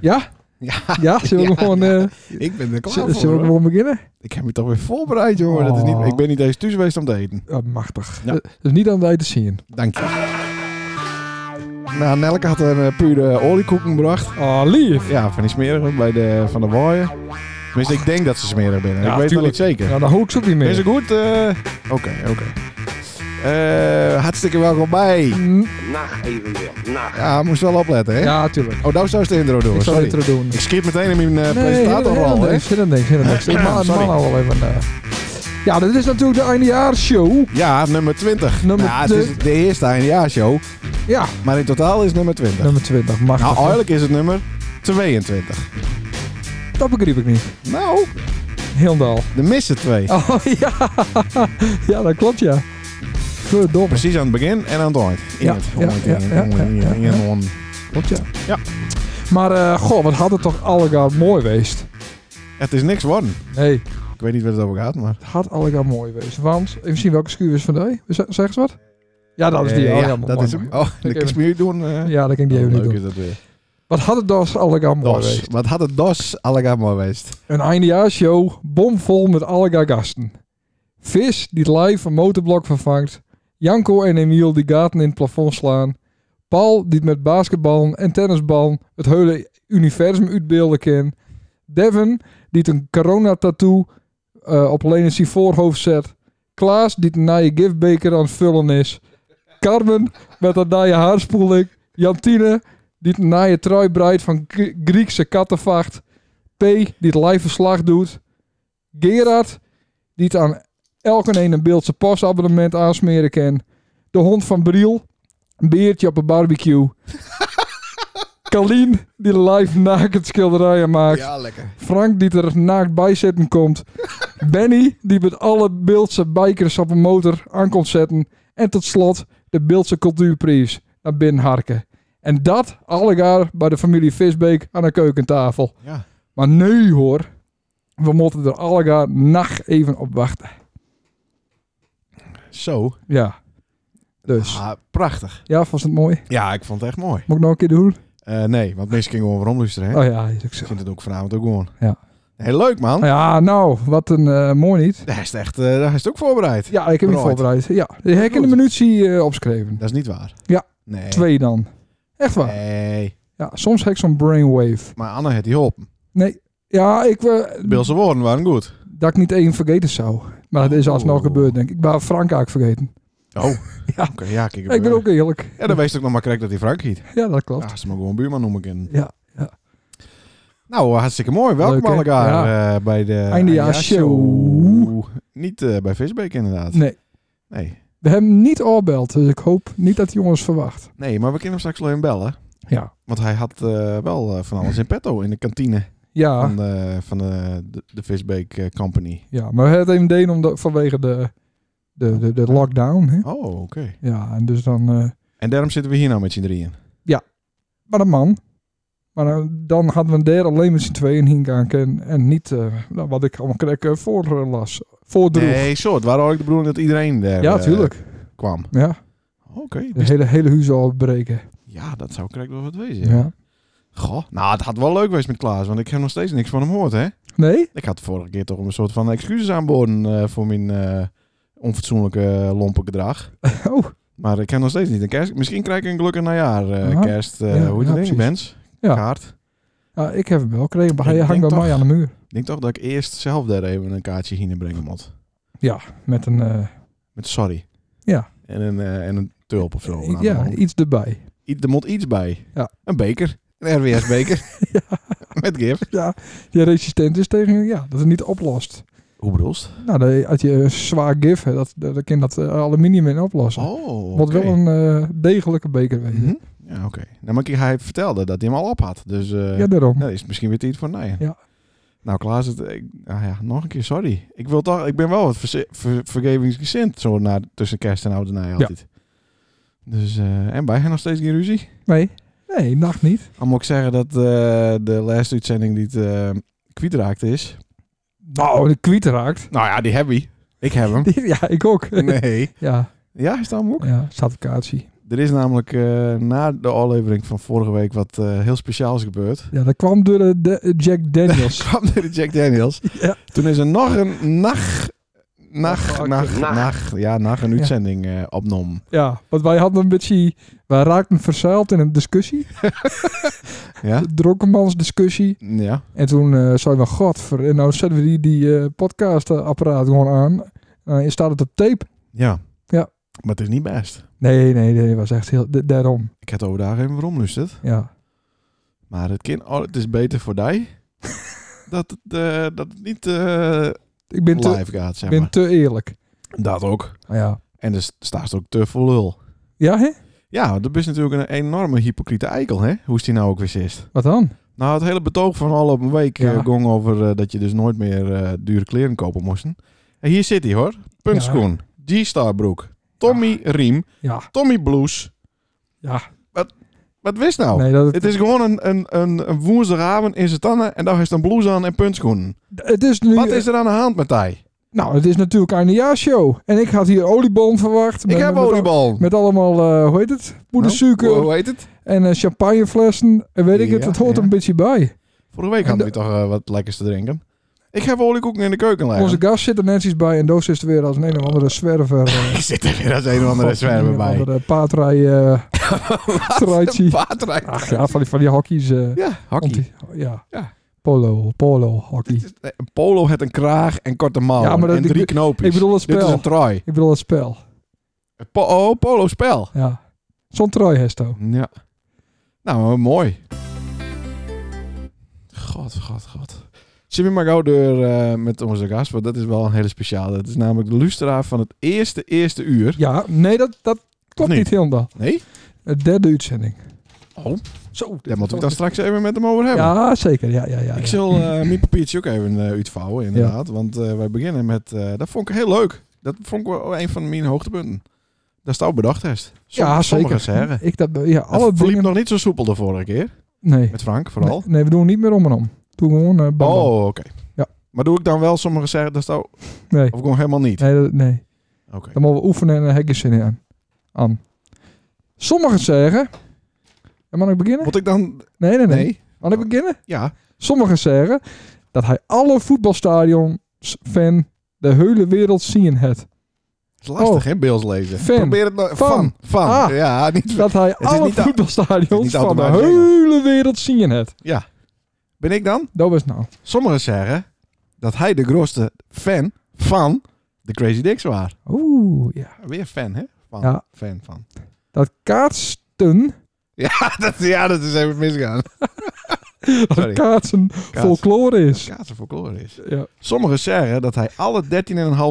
Ja? Ja, Ja? Zullen we Ja, gewoon, ja. eh, ik ben er klaar z- voor. zullen we hoor. gewoon beginnen? Ik heb me toch weer voorbereid, jongen. Dat is niet, Oh. ik ben niet eens thuis geweest om te eten. Ja, machtig. Ja. Dat is niet aan wij te zien. Dank je. Nou, Nelke had een eh, pure oliekoeken gebracht. Oh, lief. Ja, van die smerige bij de, van de waaien. Tenminste, ik denk dat ze smerig binnen. Ja, ik weet het nog tuurlijk. niet zeker. Ja, dan hoek ze ook niet Is meer. het goed? Eh, Oké, oké. Eh, hartstikke welkom bij. Mm, Nacht evenbeeld. Nacht. Ja, moest wel opletten, hè? Ja, tuurlijk. Oh, daar zou ze de intro doen. Ik zal Sorry. de intro doen. Ik schiet meteen in mijn eh, presentatorrol, helemaal hè? niks, helemaal niks, helemaal niks. Ik ma- Sorry. man al even... eh. Ja, dit is natuurlijk de eindejaarsshow. Ja, nummer 20. Nummer ja, het is twe- de eerste eindejaarshow, Ja, maar in totaal is het nummer 20. nummer 20. Machtig. nou, hè? eigenlijk is het nummer 22. oh. Dat begreep ik niet. Nou, Helemaal. de missen twee. Oh ja. Ja, dat klopt ja. Verdomme. Precies aan het begin en aan het eind. In Ja, het, ja, om het, ja, in, ja, om het, in, ja, in, ja. in, om. Klopt ja. Ja. Maar eh goh, wat had het toch allegaar mooi geweest. Het is niks worden. Nee, Ik weet niet waar het over gaat, maar... het had allegaar mooi geweest. Want, even zien welke schuur is van die. Z- Zeg eens wat. Ja, dat is die. Eh, oh, ja, ja, dat mooi, mooi. is hem. Oh, dat even. kan je nu doen. eh. Ja, dat kan ik die even leuk niet doen. is dat weer. Wat had het dus allegaar mooi Dos. geweest. Wat had het dos allegaar mooi geweest? Een eindejaarsshow bomvol met allegaar gasten. Vis die live een motorblok vervangt. Janko en Emiel die gaten in het plafond slaan. Paul die het met basketballen en tennisballen het hele universum uitbeelden kan. Devin die het een corona-tattoo eh, op Lenen zijn voorhoofd zet. Klaas die het een nieuwe giftbeker aan het vullen is. Carmen met een nieuwe haarspoeling. Jantine die het een nieuwe trui breidt van Grie- Griekse kattenvacht. P die het live verslag doet. Gerard die het aan elke een een beeldse pasabonnement aansmeren kan. De hond van Briel, een beertje op een barbecue. Kalien die de live naakt schilderijen maakt. lekker. Frank die er naakt bij zitten komt. Benny die met alle Beeldse bikers op een motor aankomt zetten. En tot slot de Beeldse cultuurprijs naar binnen harken. En dat allegaar bij de familie Visbeek aan de keukentafel. Ja. Maar nee hoor, we moeten er allegaar nacht even op wachten. Zo. Ja. Dus. Ah, prachtig. Ja, vond je het mooi? Ja, ik vond het echt mooi. Moet ik nog een keer doen? Eh, nee, want mensen gingen gewoon waarom luisteren, hè? Oh ja, is ook zo. Ik vind het ook vanavond ook gewoon. Ja. Heel leuk, man. Ja, nou, wat een eh, mooi niet. Daar is het echt, eh, daar is het ook voorbereid. Ja, ik heb hem Right. voorbereid. Ja, ik heb een Goed. minuutje eh, opgeschreven. Dat is niet waar. Ja. Nee. Twee dan. Echt waar. Nee. Ja, soms heb ik zo'n brainwave. Maar Anne heeft die geholpen. Nee, ja, ik... De wil Beelse woorden waren goed. dat ik niet één vergeten zou. Maar dat is alsnog Oh. gebeurd, denk ik. Ik ben Frank eigenlijk vergeten. Oh. Ja. Oké, ja, kijk. eh, Ik ben ook eerlijk. Ja, dan wees ook nog maar correct dat hij Frank heet. Ja, dat klopt. Ja, ze mogen gewoon buurman noemen kunnen. Ja. Nou, eh, hartstikke mooi. Welkom Leuk, hè? allegaar eh, bij de Eindejaarsshow. eindejaarsshow. Niet eh, bij Visbeek inderdaad. Nee, Nee. we hebben hem niet oorbeld. Dus ik hoop niet dat die jongens verwacht. Nee, maar we kunnen hem straks wel even bellen. Ja. Want hij had eh, wel eh, van alles in petto in de kantine Ja, van, de, van de, de, de Visbeek eh, Company. ja. maar we hebben het even deen omdat, vanwege de, de, de, de lockdown. Hè? Oh, oké. Ja, en dus dan... eh, En daarom zitten we hier nou met z'n drieën. maar een man. Maar dan, dan hadden we daar alleen met z'n tweeën heen gaan kunnen. En niet eh, nou, wat ik allemaal kreeg eh, voor eh, las. Voordroeg. Nee, zo. Het waren ook de bedoeling dat iedereen daar ja, eh, tuurlijk. kwam. Ja, Oké. de dus- hele, hele huis al breken. ja, dat zou correct wel wat wezen. Ja. ja. Goh. Nou, het had wel leuk geweest met Klaas, want ik heb nog steeds niks van hem gehoord, hè? Nee? Ik had vorige keer toch een soort van excuses aanboden eh, voor mijn eh, onfatsoenlijke eh, lompe gedrag. Oh, Maar ik heb nog steeds niet een kerst. Misschien krijg ik een gelukkig najaar eh, Aha. kerst. eh, Ja, hoe heet ja, dat precies. ding? Wens? Ja. Kaart. ja, ik heb hem wel gekregen, maar hij Ik hangt denk bij mij aan de muur. Ik denk toch dat ik eerst zelf daar even een kaartje heen brengen moet. Met een, eh, Met sorry. Ja. En een, eh, en een tulp of zo. Nou, ja, dan- iets erbij. i- er moet iets bij. Ja. Een beker. Een RWS-beker. Met gif. Ja, die resistent is tegen, ja, dat het niet oplost. Hoe bedoelst? Nou, dat- als je een zwaar gif hebt, dat, dat, dan kan dat eh, aluminium in oplossen. Oh, Moet oké. wel een eh, degelijke beker wezen. Mhm. Ja, oké. Nou, maar kijk, hij vertelde dat hij hem al op had. Dus eh, Ja, daarom. Nou, is het misschien weer tijd voor Nijen. Ja. Nou, Klaas, het, ik, nou ja, nog een keer sorry. Ik, wil toch, ik ben wel wat verze- ver, vergevingsgezind zo na, tussen kerst en oude Nijen altijd. Dus, eh, en wij gaan nog steeds geen ruzie. Nee? Nee, nacht niet. Al moet ik zeggen dat eh, de laatste uitzending die het eh, kwijt raakte is. Nou, de kwiet raakt. Nou ja, die heb ik. Ik heb hem. Ja, ik ook. Nee. Ja, Ja, is dat hem ook? ja, satificatie. Er is namelijk eh, na de aflevering van vorige week wat eh, heel speciaals gebeurd. Ja, dat kwam door de, de- Jack Daniels. Kwam er de Jack Daniels. Ja. Toen is er nog een nacht, nacht, Nacht. nacht, Nacht. nacht, ja, nacht een Ja. uitzending eh, opnam. ja, want wij hadden een beetje... Wij raakten verzeild in een discussie. Ja, De dronkenmansdiscussie. ja. En En toen eh, zei we, god, en nou zetten we die, die eh, podcastapparaat gewoon aan. Eh, en staat het op tape? ja. Ja. Maar het is niet best. Nee, nee, nee, was echt heel... da- Daarom, Ik heb het overdag even waarom lust het. ja. Maar het, kind, oh, het is beter voor die dat, het, eh, dat het niet eh, Ik ben, te, live gaat, zeg ben maar. te eerlijk. Dat ook. Maar ja. En er staat ook te veel lul. Ja, hè? Ja, dat is natuurlijk een enorme hypocriete eikel, hè? Hoe is die nou ook weer zist? Wat dan? Nou, het hele betoog van al op een week Ja. eh, gong over eh, dat je dus nooit meer eh, dure kleren kopen moesten. En hier zit hij hoor. Puntschoen, G-Star broek, Tommy riem, Ja. Tommy blouse. Ja. Wat, wat wist nou? Nee, dat, Het is gewoon een, een, een, een woensdagavond in zijn tanden en daar heeft een blouse aan en puntschoenen. het is nu... Wat is er aan de hand met hij? Nou, het is natuurlijk eindejaarshow. En ik had hier oliebom verwacht. Ik Met- heb met- met- oliebal. Met allemaal, eh, hoe heet het? Poedersuiker Nou, hoe heet het? en eh, champagneflessen. En weet ik het, Ja, het hoort ja. een beetje bij. Vorige week En de- hadden we toch eh, wat lekkers te drinken. Ik heb oliekoeken in de keuken liggen. Onze gast zit er netjes bij en Doos is er weer als een, een of andere zwerver. eh, Ik zit er weer als een of andere god, zwerver een of bij. andere paardrij, eh truitje. Paardrijd. Ach ja, van die, van die hokjes. eh, Ja, hockey. anti- ja. Ja. Polo, polo, hockey. Een polo heeft een kraag en korte mouwen Ja, maar dat- en drie ik- knoopjes. ik bedoel het Dit is spel. een trui. Ik bedoel het spel. Een Po oh, polo spel. Ja. Zo'n trui hesto. Ja. Nou, eh, mooi. God, god, god. Zullen we maar gauw door eh, met onze gast, want dat is wel een hele speciale. Dat is namelijk de luisteraar van het eerste, eerste uur. Ja, nee, dat, dat klopt niet? niet helemaal. Nee? Het derde uitzendending. Oh, Zo. daar moeten we dan straks even met hem over hebben. Ja, zeker. Ja, ja, ja. Ik ja. zal eh mijn papiertje ook even eh, uitvouwen, inderdaad. Want eh, wij beginnen met... eh, dat vond ik heel leuk. Dat vond ik wel een van mijn hoogtepunten. Dat is het ook bedacht heeft. Som- ja, zeker. Sommige zeggen. Ik dat, ja, alle Het verliep dingen... nog niet zo soepel de vorige keer. Nee. Met Frank vooral. Nee, nee, we doen niet meer om en om. Toen gewoon eh bam, bam. Oh, oké. Ja. Maar doe ik dan wel sommige zeggen, dat is het ook... Nee. Of gewoon helemaal niet? Nee, dat- nee. Oké. Dan mogen we oefenen en dan heb ik je zin in aan. aan. Sommigen zeggen... En mag ik beginnen? Moet ik dan... Nee, nee, nee. Nee. Mag ik beginnen? Ja. Sommigen zeggen dat hij alle voetbalstadions van de hele wereld zien het. Het is lastig, Oh. hè, beels lezen. Fan. Probeer het nou... Van. Van. Van. Ah. Ja, niet... Dat hij is alle niet a- het is voetbalstadions niet van de automatisch hele wereld zien het. Ben ik dan? Dat was nou. Sommigen zeggen dat hij de grootste fan van de Crazy Dicks was. Oeh, ja. Weer fan, hè? Van. Ja. Fan van. Dat kaatsten, Ja dat, ja, dat is even misgaan. dat Sorry. kaatsen folklore is. Kaatsen folklore is. Ja. Sommigen zeggen dat hij alle 13,5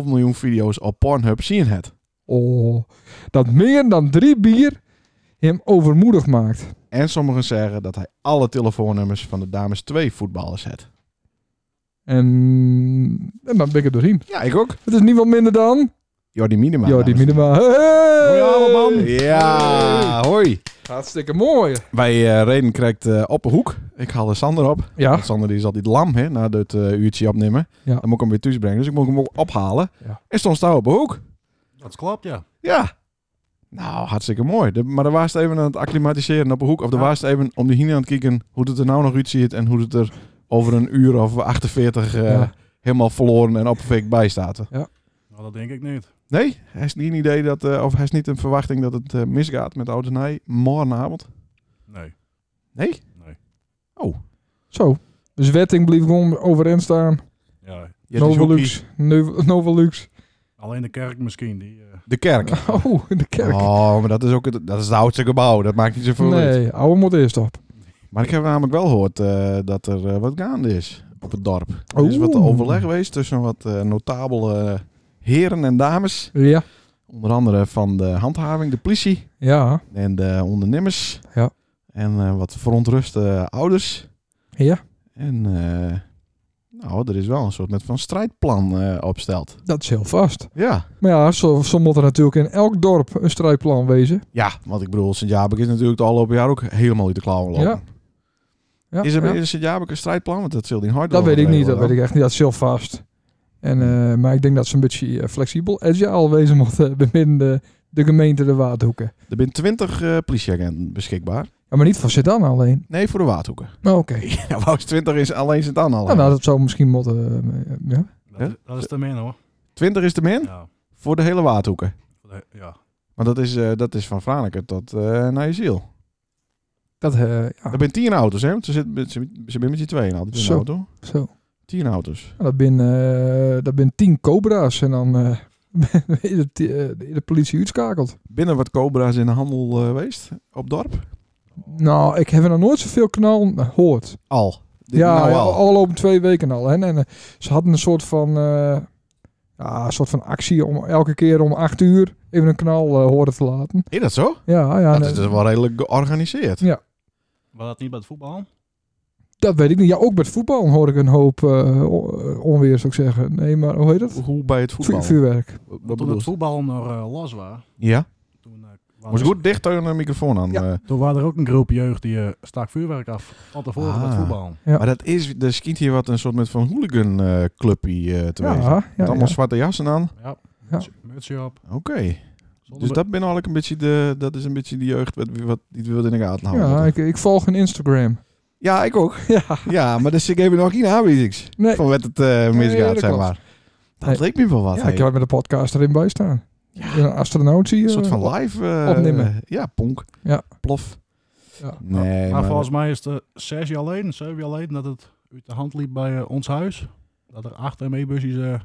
miljoen video's op Pornhub zien het. Oh, dat meer dan drie bier hem overmoedig maakt. En sommigen zeggen dat hij alle telefoonnummers van de dames 2 voetballers het. En, en dan ben ik het doorheen. Ja, ik ook. Het is niet wat minder dan... Jordi Minima. Jo, die dames en heren. minima. Hey! Goeie man. Ja, hoi. Hartstikke mooi. Wij eh, reden krijgt eh, op een hoek. Ik haalde Sander op. Ja. Want Sander die is altijd lam hè, na dit eh, uurtje opnemen. Ja. Dan moet ik hem weer thuis brengen. Dus ik moet hem ook ophalen. Ja. En stond staan op een hoek. Dat klopt, ja. Ja. Nou, hartstikke mooi. De- maar dan was het even aan het acclimatiseren op een hoek. Of dan Ja. was het even om die hier aan het kijken hoe het er nou nog uitziet. En hoe het er over een uur of 48 eh, Ja. helemaal verloren en opgefikt bij staat. Nou, dat denk ik niet. Nee, hij is niet een idee dat, eh, of hij is niet een verwachting dat het eh, misgaat met Oud en Nij morgenavond. Nee. Nee? Oh. Nee. Zo. Dus Wetting bleef gewoon overeind staan. Ja. Ja, het is hockey. Novelux. Neu- Novelux. Alleen de kerk misschien. Die, eh, De kerk. Oh, in de kerk. Oh, maar dat is ook het, dat is het oudste gebouw. Dat maakt niet zoveel uit. nee, ouwe moet eerst op. Maar ik heb namelijk wel gehoord eh, dat er eh, wat gaande is op het dorp. Er is wat Oeh. overleg geweest tussen wat eh, notabele eh, heren en dames. Ja. Onder andere van de handhaving, de politie Ja. en de ondernemers. Ja. En eh, wat verontruste ouders. Ja. En eh, nou, er is wel een soort met van strijdplan eh, opgesteld. Dat is heel vast. Ja. Maar ja, zo, zo moet er natuurlijk in elk dorp een strijdplan wezen. Ja, want ik bedoel, Sint-Jabek is natuurlijk het afgelopen jaar ook helemaal uit de klauwen lopen. Ja. Ja, Is er ja. in Sint-Jabek een strijdplan? Want dat zult in hard Dat weet ik niet, dat weet overleggen ik echt niet. Dat is heel Hmm. vast. En, eh, maar ik denk dat ze een beetje eh, flexibel agile wezen moet eh, bij binnen de de gemeente de Waardhoeken. Er zijn 20 eh, politieagenten beschikbaar. Ja, maar niet van Sedan alleen. Nee, voor de waardhoeken. Nou, Oké. Ja, wou is 20 is alleen zit aan al. Nou, nou, dat zou misschien moeten... eh, ja. Dat, is- dat is te min hoor. 20 is de min Ja. voor de hele waardhoeken. ja. Want dat is, eh, dat is van Franeker tot eh naar je ziel. Dat, eh, Er ja, zijn 10 auto's, hè? Want ze zitten met- ze ze zijn met z'n tweeën altijd in de Zo. auto. zo. 10 auto's. Ja, dat ben, eh dat ben tien cobra's en dan eh ben je de, eh, de politie uitschakelt. Binnen wat cobra's in de handel eh, geweest op dorp. Nou, ik heb er nog nooit zoveel eh, knallen gehoord. Al. Dit Ja, nou ja, al. al lopen twee weken al. Hè. En eh, ze hadden een soort van, eh, ja, een soort van actie om elke keer om acht uur even een knal eh, horen te laten. Is dat zo? Ja, eh, ja dat nee, is dus wel redelijk georganiseerd. Waar dat niet bij het voetbal? dat weet ik niet. Ja, ook met voetbal hoor ik een hoop eh, o- onweer, zou ik zeggen. Nee, maar hoe heet dat? Hoe bij het voetbal? Vuur- vuurwerk. Wat Toen bedoel het je? voetbal nog eh, los was. Ja. Toen, eh, waren Moest er- goed dicht tegen de microfoon aan. Ja. eh. Toen waren er ook een groep jeugd die eh, stak vuurwerk af van tevoren Ah. met voetbal. Ja. Maar dat is, er schiet hier wat een soort met van hooligan eh, clubpie eh, te Ja, wezen. ja, Met allemaal ja. zwarte jassen aan. Ja. Ja. Mutsje op. Oké. Zonder Dus dat ben al een beetje de, dat is een beetje de jeugd wat, wat die het wil in de gaten houden. Ja, ik, ik volg een Instagram. ja, ik ook. Ja. Ja, maar dus ik heb nog geen aanwijzings Nee. van wat het eh, Nee, misgaat, dat zeg klopt. maar. Dat Nee. leek me wel wat. Ja, hè. ik heb met de podcast erin bij staan. Ja. Een astronaut zie je. een soort van live eh, Opnemen. Ja, ponk. Ja. Plof. Ja. Nee, maar, maar, volgens mij is het eh, zes jaar geleden, zeven jaar geleden, dat het uit de hand liep bij eh, ons huis. Dat er acht ME-busjes, eh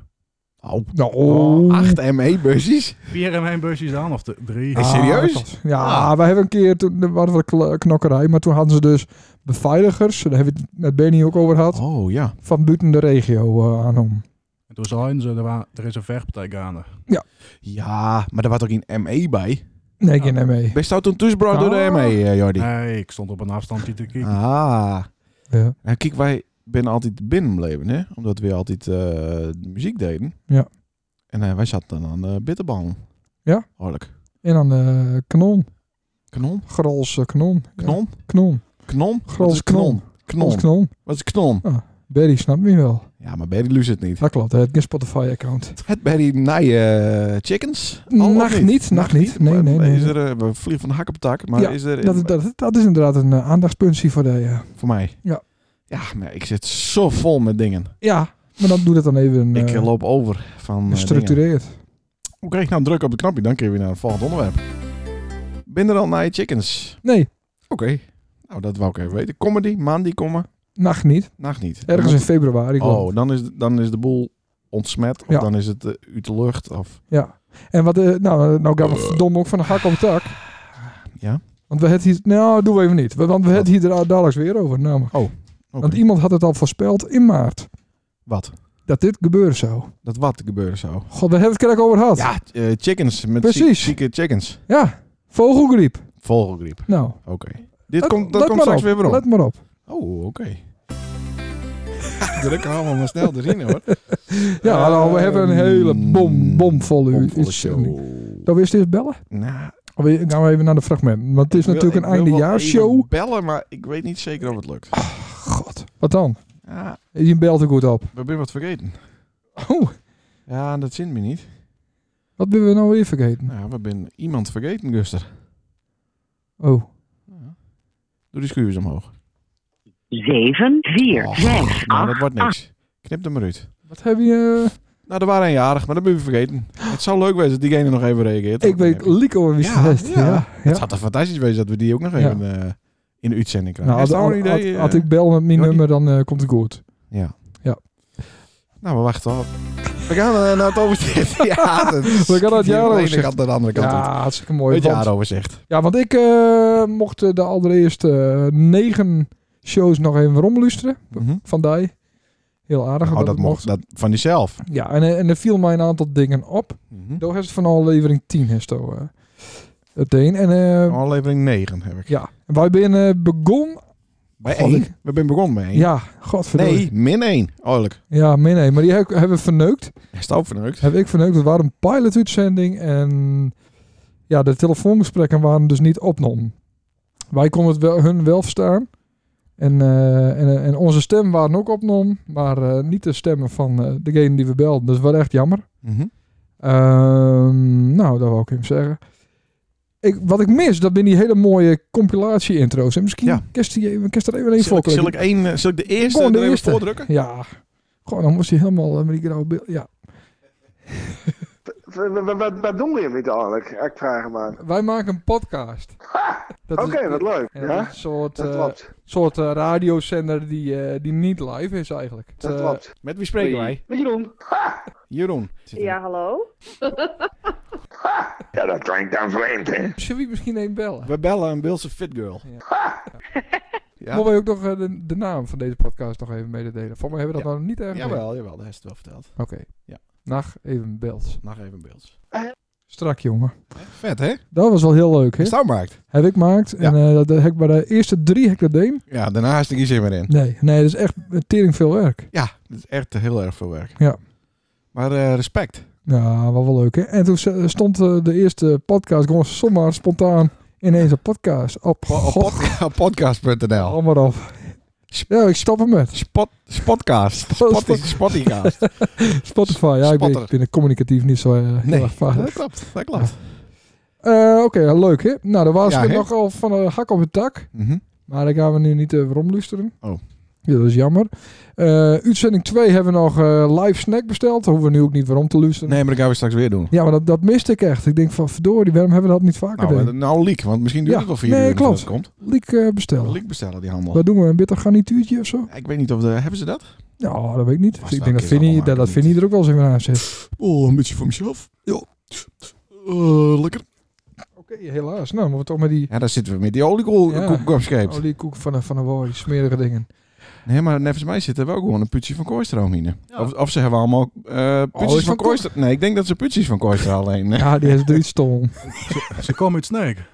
Au. Nou, Oh, oh. acht ME-busjes. vier ME-busjes aan, of de drie. Ah. Is serieus? Ah. dat was- Ah, ja, wij hebben een keer, toen er was wat kl- knokkerij, maar toen hadden ze dus beveiligers, daar hebben we het met Benny ook over gehad, Oh ja. van buiten de regio eh, aan om. En toen zeiden ze, er, wa- er is een vechtpartij gaande. Ja, maar er was ook geen ME bij. Nee, Ja. geen mee. Ben je nou toen tussenbraad door de Ah. ME, eh, Jordi? Nee, ik stond op een afstandje te kijken. Ah. Ja. Nou, kijk, wij zijn altijd binnen gebleven, hè? Omdat we altijd eh, de muziek deden. Ja. En eh, wij zaten dan aan de bitterballen. Ja. Hoorlijk. En dan eh kanon, Knon? Grols eh, kanon. Knon? Ja, kanon. Knon? Wat Grols is knon? Grols Knon. kanon. Wat is knon? Berry snapt me wel. Ja, maar Barry luistert het niet. Dat klopt, hij heeft geen Spotify-account. Het Barry naaien chickens? Al of Nacht niet, nacht niet. Nee, Maar nee, nee. Is er, eh, we vliegen van de hak op de tak, maar Ja, is er... Dat, dat, dat is inderdaad een eh, aandachtspuntie voor de... eh, Voor mij? Ja. Ja, maar ik zit zo vol met dingen. Ja, maar dan doe dat dan even ik eh, eh loop over van eh, dingen. gestructureerd. Hoe krijg ik nou druk op de knopje? Dan kun je weer naar het volgende onderwerp. Ben er al naar je chickens? Nee, Oké. Nou, dat wou ik even weten. Comedy, maandag komen, nacht niet. nacht niet. Ergens in februari. geloof ik. Oh, dan is, dan is de boel ontsmet. Of Ja. dan is het eh, uit de lucht. Of... Ja. En wat, eh, nou, eh, nou gaan we verdomme ook van de hak op de tak. Ja. Want we het hier, nou, doen we even niet. Want we het hier da- dadelijks weer over. Nou, maar- Oké. Want iemand had het al voorspeld in maart. Wat? Dat dit gebeuren zou. Dat wat gebeuren zou. God, daar hebben we het kerk over gehad. Ja, eh, chickens. Met Precies. ziek- zieke chickens. Ja, Vogelgriep. Vogelgriep. Nou. Oké. Dit let- komt, dat let komt maar straks op. weer weer om. Let maar op. Oh, oké. Druk allemaal maar snel erin hoor. Ja, nou, we hebben een hele bom, bomvolle... u- Mm, Bomvolle iets- show. Dan wist je eens bellen? Nou, Of we- gaan we even naar de fragment. Want het is Ik wil- natuurlijk ik een wil wel eindejaarsshow. Ah. even bellen, maar ik weet niet zeker of het lukt. God, wat dan? Ja, Je belt er goed op. we hebben wat vergeten. Oh, Ja, dat zint me niet. wat hebben we nou weer vergeten? Nou, we hebben iemand vergeten, Guster. Oh. Doe die schuurs omhoog. 7, 4, Oh, 6, nou, dat 8, wordt niks. Knip er maar uit. Wat heb je... eh, Nou, er waren een jarig, maar dat ben we vergeten. Het zou leuk zijn dat diegene nog even reageert. ik weet Lico wie Ja, het is. ja. Ja, ja. Het had toch fantastisch geweest dat we die ook nog even eh, in de uitzending krijgen. Nou, Nou, als is dat als- een idee? als- eh? als ik bel met mijn Jordi? nummer, dan eh, komt het goed. Ja. Ja. Nou, we wachten al. We gaan eh, naar het overzicht. ja, dat We gaan naar het de ene jaaroverzicht. kant naar de andere kant. Ja, Ja, hartstikke het mooi. Want, jaaroverzicht. ja, want ik eh, mocht eh, de allereerste eh, negen shows nog even romlusteren. Mhm. Van die. Heel aardig. Oh, dat dat het mocht dat van jezelf. Ja, en, eh, en er viel mij een aantal dingen op. Mhm. Door is het van aflevering 10 is het al, eh, het een. En ehm, eh, Aflevering 9 heb ik. ja, wij zijn eh, begon... Bij God, 1? ik- We zijn begonnen bij 1. Ja, godverdomme. nee, min Oh, 1. Oorlijk. Ja, nee, nee. Maar die heb- hebben we verneukt. Hij staat verneukt. heb ik verneukt. Het waren een pilot-uitzending en ja, de telefoongesprekken waren dus niet opnomen. Wij konden het wel, hun wel verstaan. En, eh, en, en onze stem waren ook opnomen, maar eh, niet de stemmen van eh, degene die we belden. Dus wel echt jammer. Mhm. Ehm, nou, dat wou ik even zeggen. ik, wat ik mis, dat zijn die hele mooie compilatie-intro's. En misschien Ja. kerst die even, kerst er even één Zal ik, zal voorklikken. ik, één, eh, zal ik de eerste Gewoon de er even eerste. voordrukken? Ja. Gewoon, dan moest hij helemaal eh, met die grauwe beeld. Ja. W- w- Wat, wat doen we hier eigenlijk? Ik vraag hem aan. Wij maken een podcast. Dat Dus Oké, is- wat leuk. en dat is Ja, een soort, dat eh, klopt. soort eh, radiozender die, eh, die niet live is eigenlijk. Dat Eh, klopt. Met wie spreken wij? Wat je doen? Jeroen. Ja, hallo? Ja, dat klinkt dan vreemd, hè? Zullen we misschien even bellen? We bellen een Beelse fit girl. Ja. Mogen we ook nog eh, de, de naam van deze podcast nog even mededelen? Voor mij hebben we dat nou niet erg. Jawel, jawel, daar is het wel verteld. Oké. Ja. Nacht even belt. Nog even Beels. Strak, jongen. Vet, hè? Dat was wel heel leuk, hè? Stammarkt. Heb ik gemaakt. En eh, dat heb ik bij de eerste drie heb ik dat deed. Ja, daarna is er geen zin meer in. Nee, nee, dat is echt een tering veel werk. Ja, dat is echt heel erg veel werk. Ja. Maar eh, respect. Ja, wel wel leuk, hè? En toen eh, stond eh, de eerste podcast gewoon zomaar spontaan ineens een podcast. Op Po- op god, pod- op podcast.nl. allemaal af. Ja, ik stop hem met. Spot, spotcast. Spotty, spottycast. Spotify, ja, ik ben, Spotter. ik ben er communicatief niet zo eh, heel Nee, erg vaardig. dat klopt. Dat klopt. Eh, Oké, leuk, hè? Nou, dan was Ja, het hè? nogal van een hak op het tak. Mhm. Maar daar gaan we nu niet eh over omluisteren. Oh. Ja, dat is jammer. Eh, uitzending 2 hebben we nog eh, live snack besteld. Daar hoeven we nu ook niet waarom te luisteren. Nee, maar dat gaan we straks weer doen. Ja, maar dat, dat miste ik echt. Ik denk van, verdorie, waarom hebben we dat niet vaker Nou, eh, gedaan? nou leak, want misschien duurt Ja, het al vier nee, uur klopt. dat komt. Liek eh, bestellen. Leak bestellen, die handel. Wat doen we? Een bitter garnituurtje of zo? Ik weet niet of... De, hebben ze dat? Ja, dat weet ik niet. Dus Vast ik wel denk een dat keer wel, Vinnie, maar dat, dat niet. Vinnie er ook wel eens even aan zit. Oh, een beetje voor mezelf. Ja. Eh, lekker. Oké, helaas. Nou, maar we toch met die Ja, daar zitten we met die oliekool Ja. koek- kopscheeps. oliekoek van een, van een woord, die smerige dingen. Nee, maar nevens mij zitten we ook gewoon een putje van kooistroom hier. Ja. Of, of ze hebben allemaal eh Oh, putjes is van van Ko- kooistroom. Nee, ik denk dat ze putjes van kooistroom alleen. eh, Ja, die heeft er iets stom. Ze komen uit Sneek.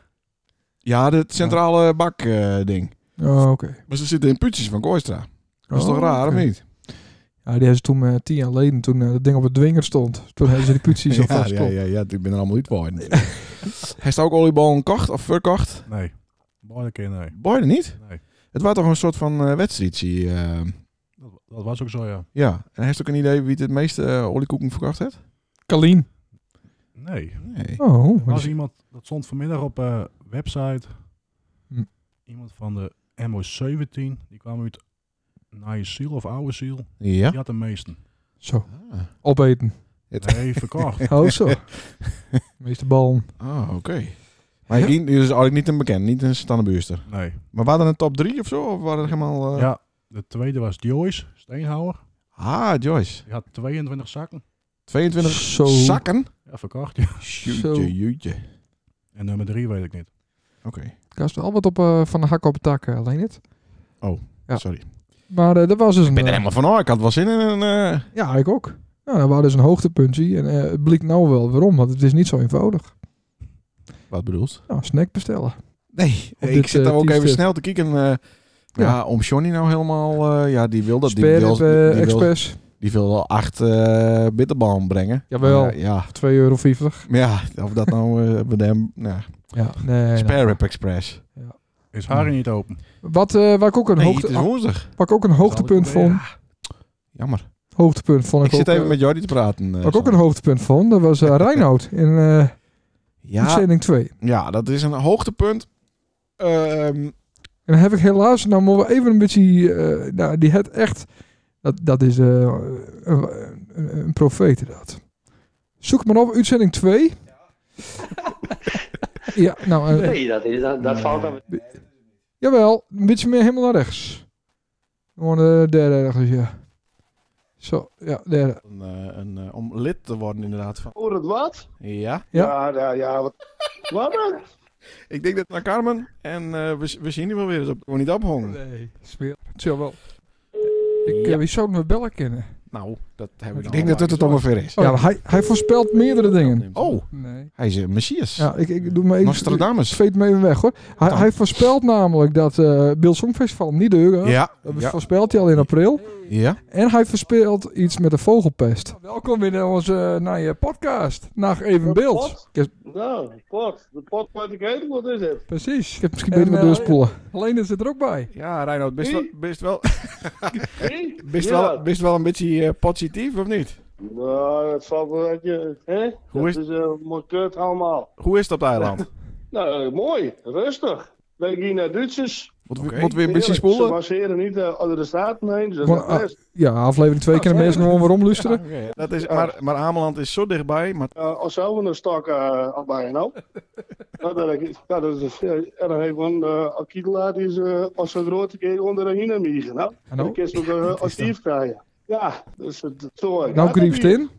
Ja, de centrale bak eh, ding. Oh, oké. Maar ze zitten in putjes van Kooistra. Dat is Oh, toch raar, oké. of niet? Ja, die hebben ze toen eh, tien jaar geleden, toen eh, dat ding op het dwinger stond. Toen hebben ze die putsie zo ja, vast ja, ja, ja, ik ben er allemaal niet bij. Hij is ook olieballen gekocht of verkocht? Nee. Beide keer nee. Boyden niet? Nee. Het was toch een soort van eh, wedstrijdje. eh, Dat, dat was ook zo, ja. ja, en hij heeft ook een idee wie het het meeste eh, oliekoeken verkocht heeft? Kalien. Nee. Nee. Oh, Er was iemand, dat stond vanmiddag op eh website. Hm. Iemand van de MO17, die kwam uit Nieuwe Ziel of Oude Ziel. Ja? Die had de meesten. zo. Ah. Opeten. Nee, verkocht. Oh, zo. Meester Bal. Ah, oké. Maar hij ging dus eigenlijk niet een bekend, niet een standaardbuurster. Nee. Maar waren er een top 3 of zo? Of waren er helemaal... eh, Ja, de tweede was Joyce Steenhouwer. Ah, Joyce. Die had 22 zakken. 22 Zo. zakken? Ja, verkocht. ja. Zo. Jeetje, jeetje. En nummer drie weet ik niet. Oké, Kast al wat op eh, van de hak op het tak, eh, alleen het. Ja. sorry. Maar eh, dat was dus Ik ben er een... eh, helemaal van, oh, ik had wel zin in een... eh, ja, ik ook. Nou, dat was dus een hoogtepuntje. En eh, het blijkt nou wel waarom, want het is niet zo eenvoudig. Wat bedoelt? Nou, snack bestellen. Nee, Op ik dit, zit eh, daar ook even tienste. snel te kijken. eh, ja. om Johnny nou helemaal... eh, ja, die wil dat. Die Spare wil, heb, eh, die, wil, Express. die wil wel acht eh bitterballen brengen. Jawel. Maar ja, 2,50 euro. maar ja, of dat nou... eh met hem, nou, Ja, nee. Spare nou. Rib Express. Is haar niet open? Wat, eh waar ik ook een, Nee, hoogte, het is woensdag. wat ik ook een hoogtepunt proberen. vond. Jammer. Hoogtepunt vond ik, Ik zit ook, even eh, met Jordi te praten. eh, Wat ik ook zo. een hoogtepunt vond, dat was eh Reinoud in eh ja, uitzending 2. ja, dat is een hoogtepunt. Ehm, En dan heb ik helaas, nou moeten we even een beetje, eh, nou, die het echt, dat, dat is eh, een, een, een profeet dat. Zoek maar op, uitzending 2. Ja, nou, eh, Nee, dat, is, dat, dat valt dan. jawel, een beetje meer helemaal naar rechts. Gewoon eh derde ergens, ja. Zo, ja, derde. een, eh, een, eh, om lid te worden inderdaad. Van. Hoor het wat? Ja. Ja. Ja, ja, ja. Wat, wat dan? Ik denk dat naar Carmen. En eh, we, we zien die wel weer. Dus op, gewoon niet ophangen. Nee, speel. Zo wel. Ik, Ja. eh, wie zou het me bellen kennen? Nou, dat hebben we Ik dan denk al dat lang gezien. ongeveer is. Oh, ja, maar hij, hij voorspelt meerdere dingen. Oh, Nee. hij is een messias. Ja, ik, ik doe me even... Nostradamus. Zweet me even weg hoor. Hij, hij voorspelt namelijk dat eh Bill Songfestival niet de Euro. Ja, Dat ja, voorspelt hij al in april. ja. En hij voorspelt iets met de vogelpest. Welkom in onze naar je podcast. Nacht even beeld. Nou, pot. De pot wat ik heet, wat is het? Precies. Ik heb misschien En, beter maar eh, doorspoelen. Helene zit er ook bij. Ja, Reinoud, best wel, best wel, Wie? best Ja. wel, best wel een beetje eh, positief, of niet? Nou, dat valt wel dat je... Hè? Hoe is- Dat is eh, mooi kut allemaal. Hoe is het op het eiland? Nou, eh, mooi. Rustig. Wij gingen naar Duitsers. Wat, Oké. wat weer een beetje Heerlijk. Ze spoelen? eh, masseren niet eh, onder de staten heen. Dus dat Gewoon, ah, is best. Ja, aflevering 2 kunnen mensen gewoon weer omluisteren. Oké, dat is, maar, maar Ameland is zo dichtbij, maar Eh, als zouden we een stok eh, afbaaien nou. nou, dat ik, ja, dat is, ja, en dan heeft gewoon eh Akitela, die is eh, als een grote keer onder de hina miegen. Nou, En nou? dan kun je ze ook eh, als dief krijgen. Ja, dus het het- zo. Nou kriepst in.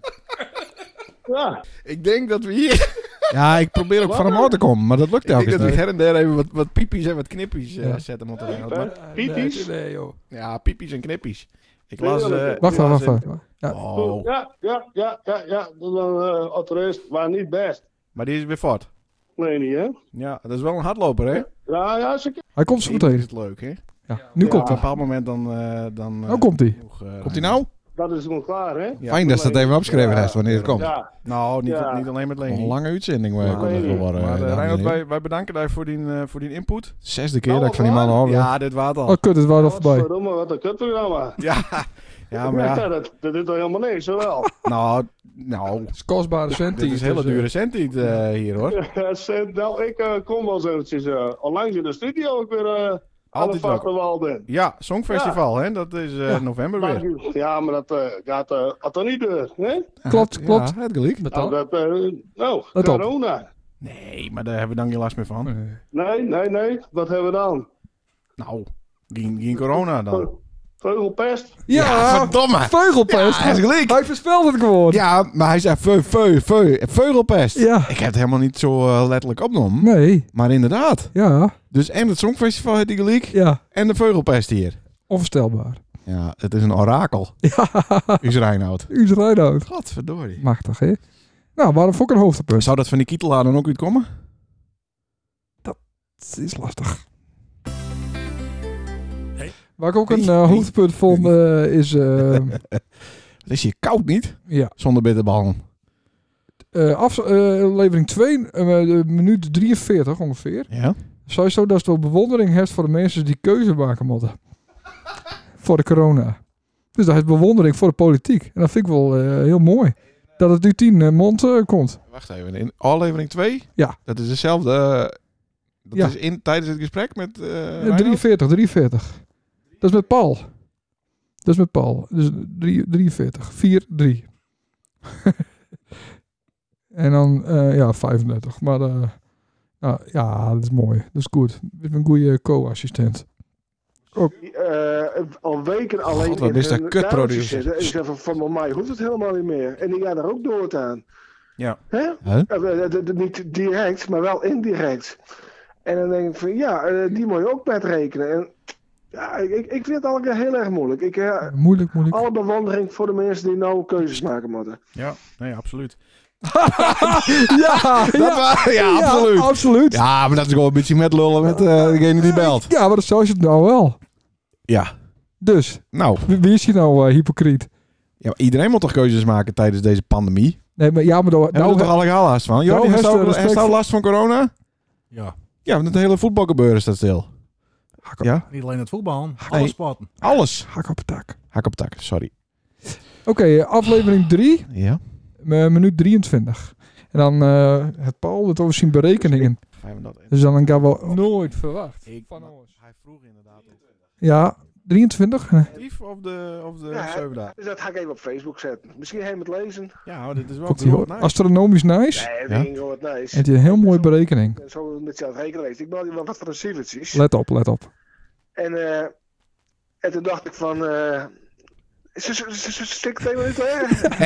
Ja, Ik denk dat we hier... Ja, ik probeer ook van hem af te komen, maar dat lukt Ik denk telkens dat we niet. her en der even wat, wat piepies en wat knippies eh, Ja. zetten. moeten we. Eh, kritisch. Nee, joh. Ja, piepies en knippies. Ik las... eh, Heerlijk. Wacht ik even, las wacht in- even. Ja. Oh, Ja, ja, ja, ja, ja. Dan eh als de rest, maar niet best. maar die is weer fort. Nee, niet hè? Ja, dat is wel een hardloper, hè? Ja, ja, ze Hij komt zo Eén is meteen. het leuk, hè? Ja, nu Op komt een hij. bepaald moment dan... eh, dan eh, Nou komt hij. genoeg, eh, Komt hij nou? Dat is gewoon klaar, hè? Ja. Fijn dat ze dat even opgeschreven Ja. heeft wanneer het komt. Ja, Nou, niet, Ja. niet alleen met Een Leni. lange uitzending, maar Maar, komt eh, wel worden. Maar dames eh, en Reinhard, heren. wij, wij bedanken daar voor die, eh, voor die input. Zesde keer Nou, dat ik van die mannen af wil. Ja, dit waard al. Oh, kut, het was al voorbij. godverdomme, wat een kutprogramma. Ja, Nou, ja maar ja. dat, dat is toch helemaal niks, zowel. Nou, nou Het is dus, kostbare cent. dit is hele dure centiet eh, hier hoor. nou, ik eh, kom wel eens eventjes eh, onlangs in de studio ook weer eh, aan de Altijd vaste welkom. wal ben. Ja, Songfestival, hè? dat is eh, november Maar weer. die- Ja, maar dat eh, gaat eh had er niet door, hè? Klopt, klopt. Ja, het gelijk. Met Nou, al. dat, eh, nou Let Oh. op. corona. Nee, maar daar hebben we dan geen last meer van. Nee, nee, nee. Wat hebben we dan? Nou, geen, geen corona dan. Ve- Veugelpest. Ja, verdomme. Veugelpest. Ja, hij is gelijk. Hij voorspelt het gewoon. Ja, maar hij zei veu, veu, veu, veugelpest. Ja. Ik heb het helemaal niet zo eh, letterlijk opgenomen. Nee. Maar inderdaad. Ja. Dus en het Songfestival heeft die gelijk. Ja. En de veugelpest hier. Onvoorstelbaar. Ja, het is een orakel. Is Reinoud. Uus Rijdhout. Godverdorie. Machtig, hè? Nou, waarom vond ik een hoogtepunt? Zou dat van die kietelaar dan ook uitkomen? Het is lastig. Hey. Waar ik ook een Hey. eh, Hey. hoogtepunt vond eh, is... eh, Het is hier koud niet, ja. zonder bitterballen. eh af, eh, levering 2, eh, eh, minuut 43 ongeveer. Ja. Zou je zo dat je wel bewondering hebt voor de mensen die keuze maken moeten. voor de corona. Dus dat is bewondering voor de politiek. En dat vind ik wel eh, heel mooi. Dat het nu 10 eh, mond eh, komt. Wacht even, in aflevering 2? Ja. Dat is dezelfde... eh, Dat Ja. is in, tijdens het gesprek met... eh, Eh, Reinoud? 43, 43. Dat is met Paul. Dat is met Paul. Dus drie- 43. 4, 3. en dan, eh, ja, 35. Maar eh, nou, ja, dat is mooi. Dat is goed. Ik ben een goede co-assistent. eh al weken alleen God, wat is dat hun kutproducer. kamertjes zitten. En ik zeg van, van mij hoeft het helemaal niet meer. En die gaan er ook dood aan. Ja. Hè? Hè? Eh, eh, eh, niet direct, maar wel indirect. En dan denk ik van, ja, eh, die moet je ook met rekenen. En, ja, ik, ik ik vind het eigenlijk heel erg moeilijk. Ik, eh, Moeilijk, moeilijk. alle bewondering voor de mensen die nou keuzes maken moeten. Ja, nee, absoluut. Ja, Dat wa- ja, absoluut. Ja, absoluut. Ja. maar dat is gewoon een beetje met lullen met eh, degene die belt. maar dat zo is het nou wel. Ja. Dus, Nou, wie wie is hier nou eh, hypocriet? ja, maar iedereen moet toch keuzes maken tijdens deze pandemie? Nee, maar ja, maar... dan- Hebben we nou, er toch allemaal last van? Jordi, nou heeft heeft, jou- eh, heeft respect jou voor- last van corona? Ja. Ja, want het hele voetbalgebeuren staat stil. Ja? Niet alleen het voetbal, alle Nee. sporten. Alles. hak op het dak. Hak op tak, sorry. Oké, eh, aflevering 3, Ja. minuut 23. En dan eh het Paul het over zijn berekeningen. Dus dan gaan we nooit verwacht. Van ons. Hij vroeg inderdaad. Ja, 23? Eh, Dief of de, of de Ja, zeven dagen? Dus dat ga ik even op Facebook zetten. Misschien helemaal het lezen. Ja, maar dit is wel Komt ie hoor. goed. Astronomisch nice. Nee, dat Ja. ging gewoon wat nice. En het is een heel mooie berekening. En zo met je aan het rekenen geweest. Ik belde wel wat voor een sieltjes. Let op, let op. En, eh, en toen dacht ik van. eh, ze ze- ze- ze stikt het helemaal niet hè?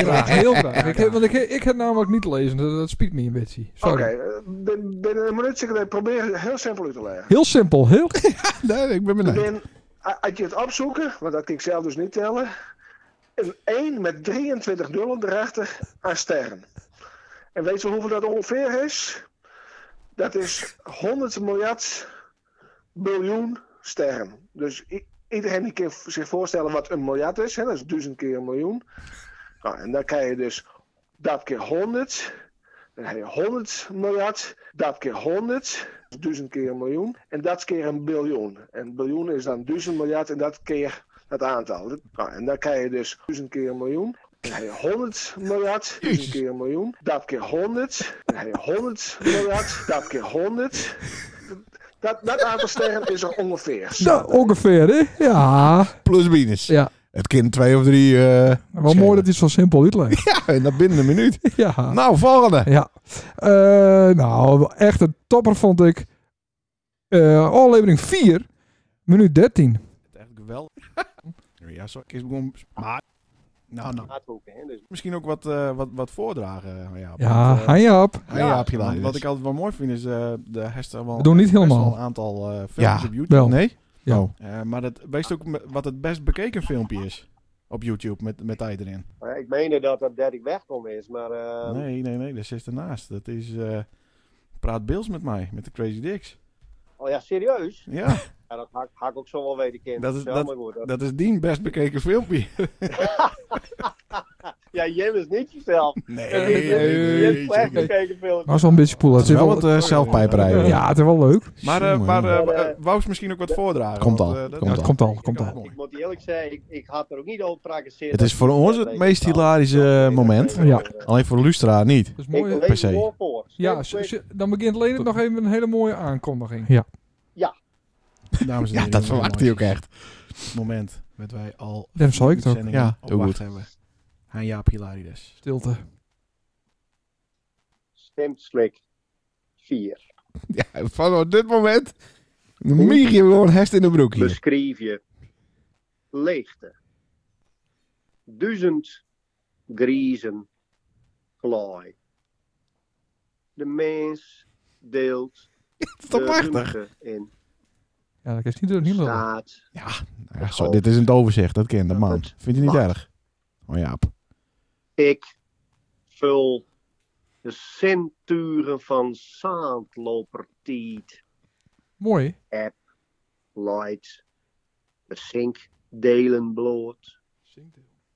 Ja, heel graag. Ik, heb- want ik, ik heb namelijk niet lezen. Dat, dat spiet me een beetje. Sorry. Oké, eh, binnen binnen een minuut zeg ik dat. Probeer het heel simpel uit te leggen. Heel simpel. Heel... Nee, ik ben benieuwd. En a- als je het opzoeken, want dat kan ik zelf dus niet tellen. Een 1 met 23 nullen erachter aan sterren. En weet je hoeveel dat ongeveer is? Dat is 100 miljard biljoen sterren. Dus i- iedereen die kan v- zich voorstellen wat een miljard is, hè, dat is duizend keer een miljoen. Nou, en dan krijg je dus dat keer 100. Dan heb je 100 miljard, dat keer 100, duizend keer een miljoen en dat keer een biljoen. En biljoen is dan duizend miljard en dat keer het aantal. Nou, en dan krijg je dus duizend keer een miljoen. Dan heb je 100 miljard, dat is een keer een miljoen. Dat keer 100, dan heb je 100 miljard, dat keer 100. Dat, dat aantal sterren is er ongeveer. Zo. Nou, ongeveer, hè? Ja. Plus minus. Ja. Het kind twee of drie. eh, Wel mooi dat hij het zo simpel uitlegt. ja, en dat binnen een minuut. Ah. Ja. Nou, volgende. Ja. Eh, nou, echt een topper vond ik. Eh aflevering 4, minuut 13. Het echt geweldig. ja, zo. Ik is gewoon. Maar. Nou, nou. dus. Misschien ook wat, eh, wat, wat voordragen. eh, Ja, Ja, want, eh, hij op. Ja, dus- ja, heb je want laten. Wat ik altijd wel mooi vind is. eh de hashtag wel. We doen niet best wel helemaal. Een aantal eh, filmpjes Ja, op YouTube. Wel. Nee? Ja. Oh. Eh, maar dat, wees ook me- wat het best bekeken filmpje is. Op YouTube met, met hij erin. Maar Ik meende dat dat Dirk Wegkom is, maar Ehm. eh, Nee, nee, nee. Dat zit ernaast. Dat is. eh, praat Bills met mij. Met de Crazy Dicks. oh ja, serieus? Ja, Ja, dat haak, haak ik ook zo wel weten, kind. Dat is- ja, dat- maar goed, dat- dat is die best bekeken filmpje. ja, Jim is niet jezelf. Nee. Jim is echt nee. gekeken veel. Nou, zo'n beetje poel. Het Dat is wel wel- wat eh, zelfpijperij. hoor. Ja, het is wel leuk. Maar, eh Jongen, maar jongen. eh, eh, wou ze misschien ook wat voordragen? Komt want, al, eh, dat- komt Ja, het al. komt al, komt al. Mooi. Ik moet eerlijk zeggen, ik, ik had er ook niet over praktiseerd. Het is voor ons het meest hilarische eh, moment. Ja. Alleen voor de Lustra niet. Dat is Ik mooi. hè? lees se. gewoon voor. Ja, Stip, s- quick. s- dan begint Lenin nog even een hele mooie aankondiging. Dames en Ja, heren, dat een verwacht mooi hij ook echt. Moment met wij al Dem zou ik toch? uitzendingen Ja, op doe wacht goed. hebben. Aan Jaap Hilarides. Stilte. Stemt slik. Vier. Ja, vanaf Eh, dit moment. Mieg je gewoon hest in de broek hier. Beschrijf je leegte. Duizend griezen glooi. De mens deelt is toch de prachtig? ruimte in. Ja, dat is niet door Niemand. Staat Ja, zo, dit is een overzicht, dat kent de man. Vind je niet Mag. erg? Oh Jaap. ik vul de centuren van zandlopertiet, Mooi. light, de zink delen bloot.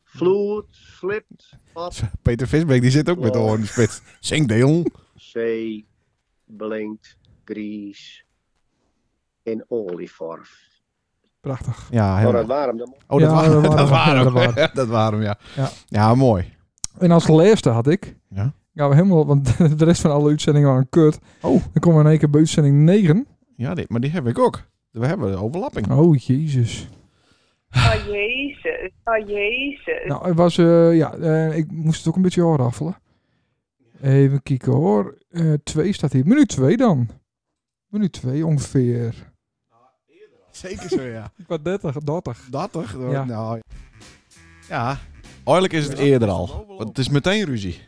Vloed, slipt, op Peter Visbeek die zit ook met de Oh. hoorn in de spits. Zing de jong. zee blinkt gries in olievorf. Prachtig. Ja, Oh, helemaal. dat waren hem. Oh, Ja, dat waren dat dat waren- waren dat hem. Dat waren hem, Ja. ja. Ja, mooi. En als laatste had ik. Ja. Ja, we helemaal, want de rest van alle uitzendingen waren kut. Oh. Dan komen we in één keer bij uitzending 9. Ja, dit, maar die heb ik ook. We hebben de overlapping. Oh, jezus. Oh jezus, oh jezus. Nou, het was, eh, ja, eh, ik moest het ook een beetje afraffelen. Even kijken hoor. Eh, twee staat hier. Minuut 2 dan. Minuut 2 ongeveer. Zeker zo, ja. Ik was 30, 30. Dat toch? Ja. Nou, ja. Eigenlijk is het eerder al. Want het is meteen ruzie.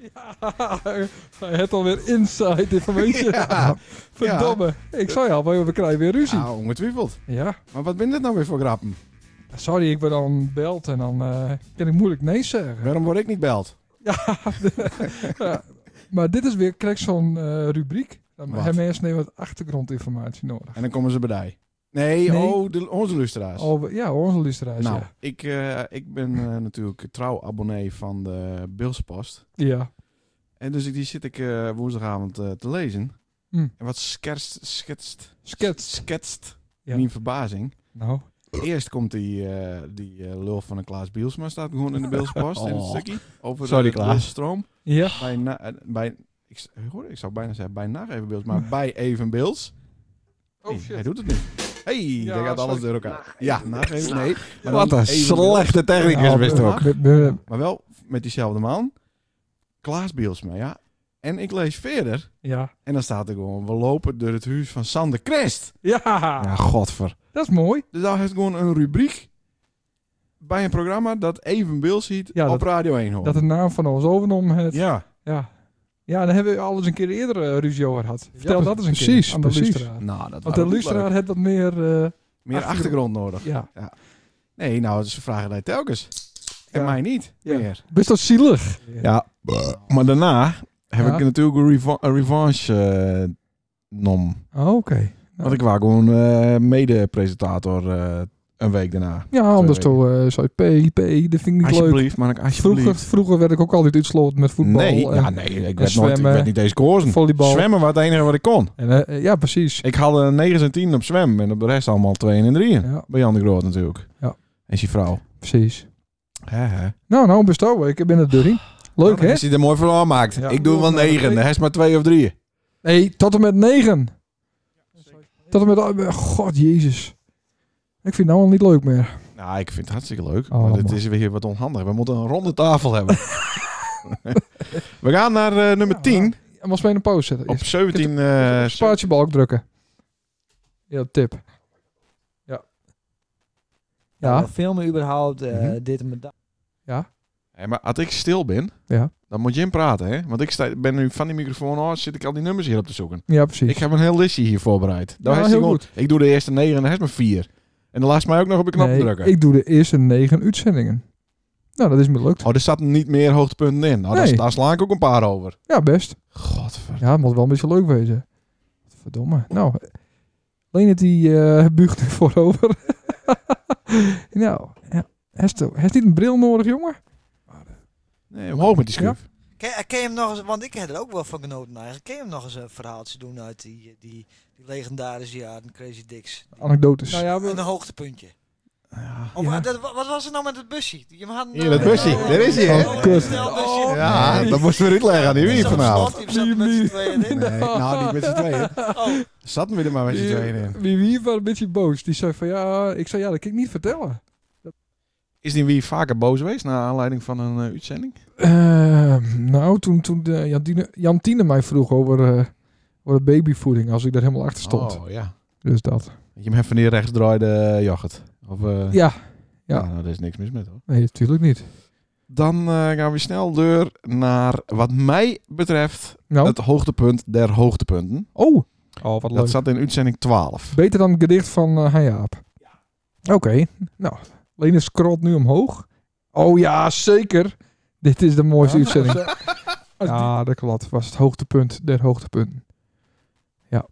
Hij had alweer inside information. Ja. Verdomme. Ik zei al, we krijgen weer ruzie. Ja, ongetwijfeld. Ja. Maar wat ben dit nou weer voor grappen? Sorry, ik ben dan belt en dan eh, kan ik moeilijk nee zeggen. Waarom word ik niet beld? Maar dit is weer, krijg ik zo'n eh, rubriek. Dan Wat? hebben mensen even wat achtergrondinformatie nodig. En dan komen ze bij mij. Nee, Nee. oh, de, onze lustra's. Over, ja, onze luisteraars. nou, Ja. ik, eh, ik ben eh, natuurlijk trouw abonnee van de Bilspost. ja. En dus ik, die zit ik eh, woensdagavond eh, te lezen. Hm. En wat scherst, schetst, Skets. schetst Ja. mijn verbazing. Nou, Eerst komt die, eh, die eh, lul van een Klaas Bielsma, staat gewoon in de Bilspost in het Oh. stukje. Over Sorry, de, Klaas. de stroom. ja. bij, na- eh, bij ik, s- hoor, ik zou bijna zeggen bij naar even beeld, maar bij even beeld. Oh Nee, hij shit. doet het niet. Hey, daar gaat alles sorry. door elkaar. Ja, naar even nee. maar Wat dan een even slechte Beels. Nou, wist er ook. we- we- Maar wel met diezelfde man. Klaas Bielsma, ja. En ik lees verder Ja. en dan staat er gewoon we lopen door het huis van Sander Christ. Ja. Ja, godver. Dat is mooi. Dus daar heeft gewoon een rubriek bij een programma dat even Beels ziet Ja, op dat- Radio 1 hoor. Dat de naam van ons overnomen het. Ja. ja. ja. dan hebben we al eens een keer eerder eh, ruzie over gehad. Vertel pre- dat eens een precies, keer aan de precies. luisteraar. Nou, Want dat de waren goed luisteraar leuk. had wat meer... eh, meer achtergrond nodig. ja. Nee, nou, ze vragen dat telkens. En Ja. mij niet Ja. meer. Best wel zielig. Ja, maar daarna heb Ja. ik natuurlijk een, reva- een revanche eh, nom. Oh, Oké. Want ik was gewoon eh, mede-presentator eh, een week daarna. Ja, anders weken. toch eh, zo P, P, dat vind ik niet leuk. Alsjeblieft, maar ik Vroeger, alsjeblieft. vroeger werd ik ook altijd uitsloten met voetbal. nee, en, ja, nee, ik werd, nooit, ik zwemmen, werd niet eens gekozen. volleybal. Zwemmen was het enige wat ik kon. En, eh, eh, ja, precies. Ik had een 9 en 10 op zwem en op de rest allemaal 2 en 3. Ja, Bij Jan de Groot natuurlijk. Ja. En zijn vrouw. precies. Hè, hè. Nou, nou, bestel. Ik ben er doorheen. Leuk, Nou, hè? Als hij er mooi van maakt. Ja. Ik doe wel negen. Hij is maar twee of drie. Nee, tot en met negen. Tot en met... oh, eh, God, jezus. Ik vind het nou al niet leuk meer. Nou, ik vind het hartstikke leuk. Oh, maar dit man. is weer wat onhandig. We moeten een ronde tafel hebben. We gaan naar eh, nummer Ja, 10. Je moest mee in een pauze zetten. Op 17... eh, Spaartje spaatjebalk drukken. Ja, tip. Ja. Ja. Ja. we filmen überhaupt eh, Mhm. dit en dat. Hé, maar als ik stil ben, Ja. dan moet Jim praten, hè? Want ik sta, ben nu van die microfoon af, zit ik al die nummers hier op te zoeken. Ja, precies. Nou, Ik heb een heel listje hier voorbereid. Daar Ja, heeft hij heel gewoon- Ik doe de eerste negen en hij heeft maar vier. En dan laat ze mij ook nog op de knop Nee, drukken. ik doe de eerste negen uitzendingen. Nou, dat is me gelukt. Oh, er staat niet meer hoogtepunten in. Nou, daar- Nee. daar, sla ik ook een paar over. Ja, best. Godver. Ja, het moet wel een beetje leuk wezen. Verdomme. Nou, Lene die eh buigt er voorover. nou, ja. Heeft hij niet een bril nodig, jongen? Nee, omhoog met die schuf. Ken, eh, ken je hem nog eens, want ik heb er ook wel van genoten eigenlijk. Ken je hem nog eens een verhaaltje doen uit die, eh, die, die legendarische jaren Crazy Dicks? Anekdotes. Een hoogtepuntje. Of, Ja. eh, dat- wa- wat was er nou met het busje? Je had een, Hier, dat eh, busje. eh, Daar is hij, hè? een Oh, kut. bestelbusje. Ja, dat moesten we niet leggen aan die wie Die zat op vanavond. slot, die zat met z'n tweeën in. Nee, nou, niet met z'n tweeën. Oh. Zaten we er maar met z'n Wie- tweeën in. Wie, wie was een beetje boos. Die zei van ja, ik zei ja, dat kan ik niet vertellen. Is die wie vaker boos geweest naar aanleiding van een eh, uitzending? Eh, nou, toen, toen de Jantine, Jantine mij vroeg over, eh, over babyvoeding, als ik daar helemaal achter stond. Oh, ja. Dus dat. Dat je hem even neer rechts draaide, eh, yoghurt. Of, eh, Ja. Ja. Nou, nou, daar is niks mis met hoor. Nee, natuurlijk niet. Dan eh, gaan we snel door naar wat mij betreft Nou, het hoogtepunt der hoogtepunten. oh. Oh, wat leuk. Dat zat in uitzending 12. Beter dan het gedicht van eh Jaap. Oké, nou, Lene scrolt nu omhoog. Oh ja, zeker. Dit is de mooiste uitzending. Ja, dat klopt. Was het hoogtepunt der hoogtepunten. Eh,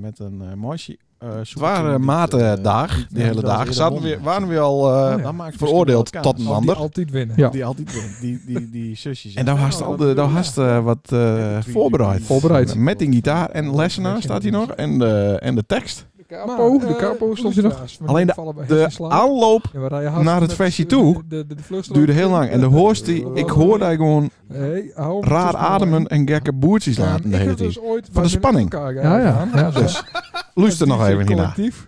met een eh mooisje. eh, Het waren matendag, eh, de hele dag. Zaten we, waren we al eh, Oh, ja. dan maakt veroordeeld tot een Die, ander. altijd winnen. Ja. die altijd wint. die, die, die zusjes. En daar had al de, daar had, eh, wat eh, voorbereid. Voorbereid. Met die gitaar en lessenaar staat hier nog. En de, en de tekst. De capo, Maar, de eh, capo stond er nog. Alleen de- De aanloop Ja, we rijden hard naar het met versie de- toe de- de- de- de vluchtstrook. duurde heel lang. En de hoorst die, ik hoorde hij gewoon Nee, hou hem raar tussen- ademen en gekke boertjes Ja, laten de ik hele heb tijd. dus ooit Van de bij spanning. elkaar Ja, ja. gedaan. ja. Dus luister nog even hierna. Collectief.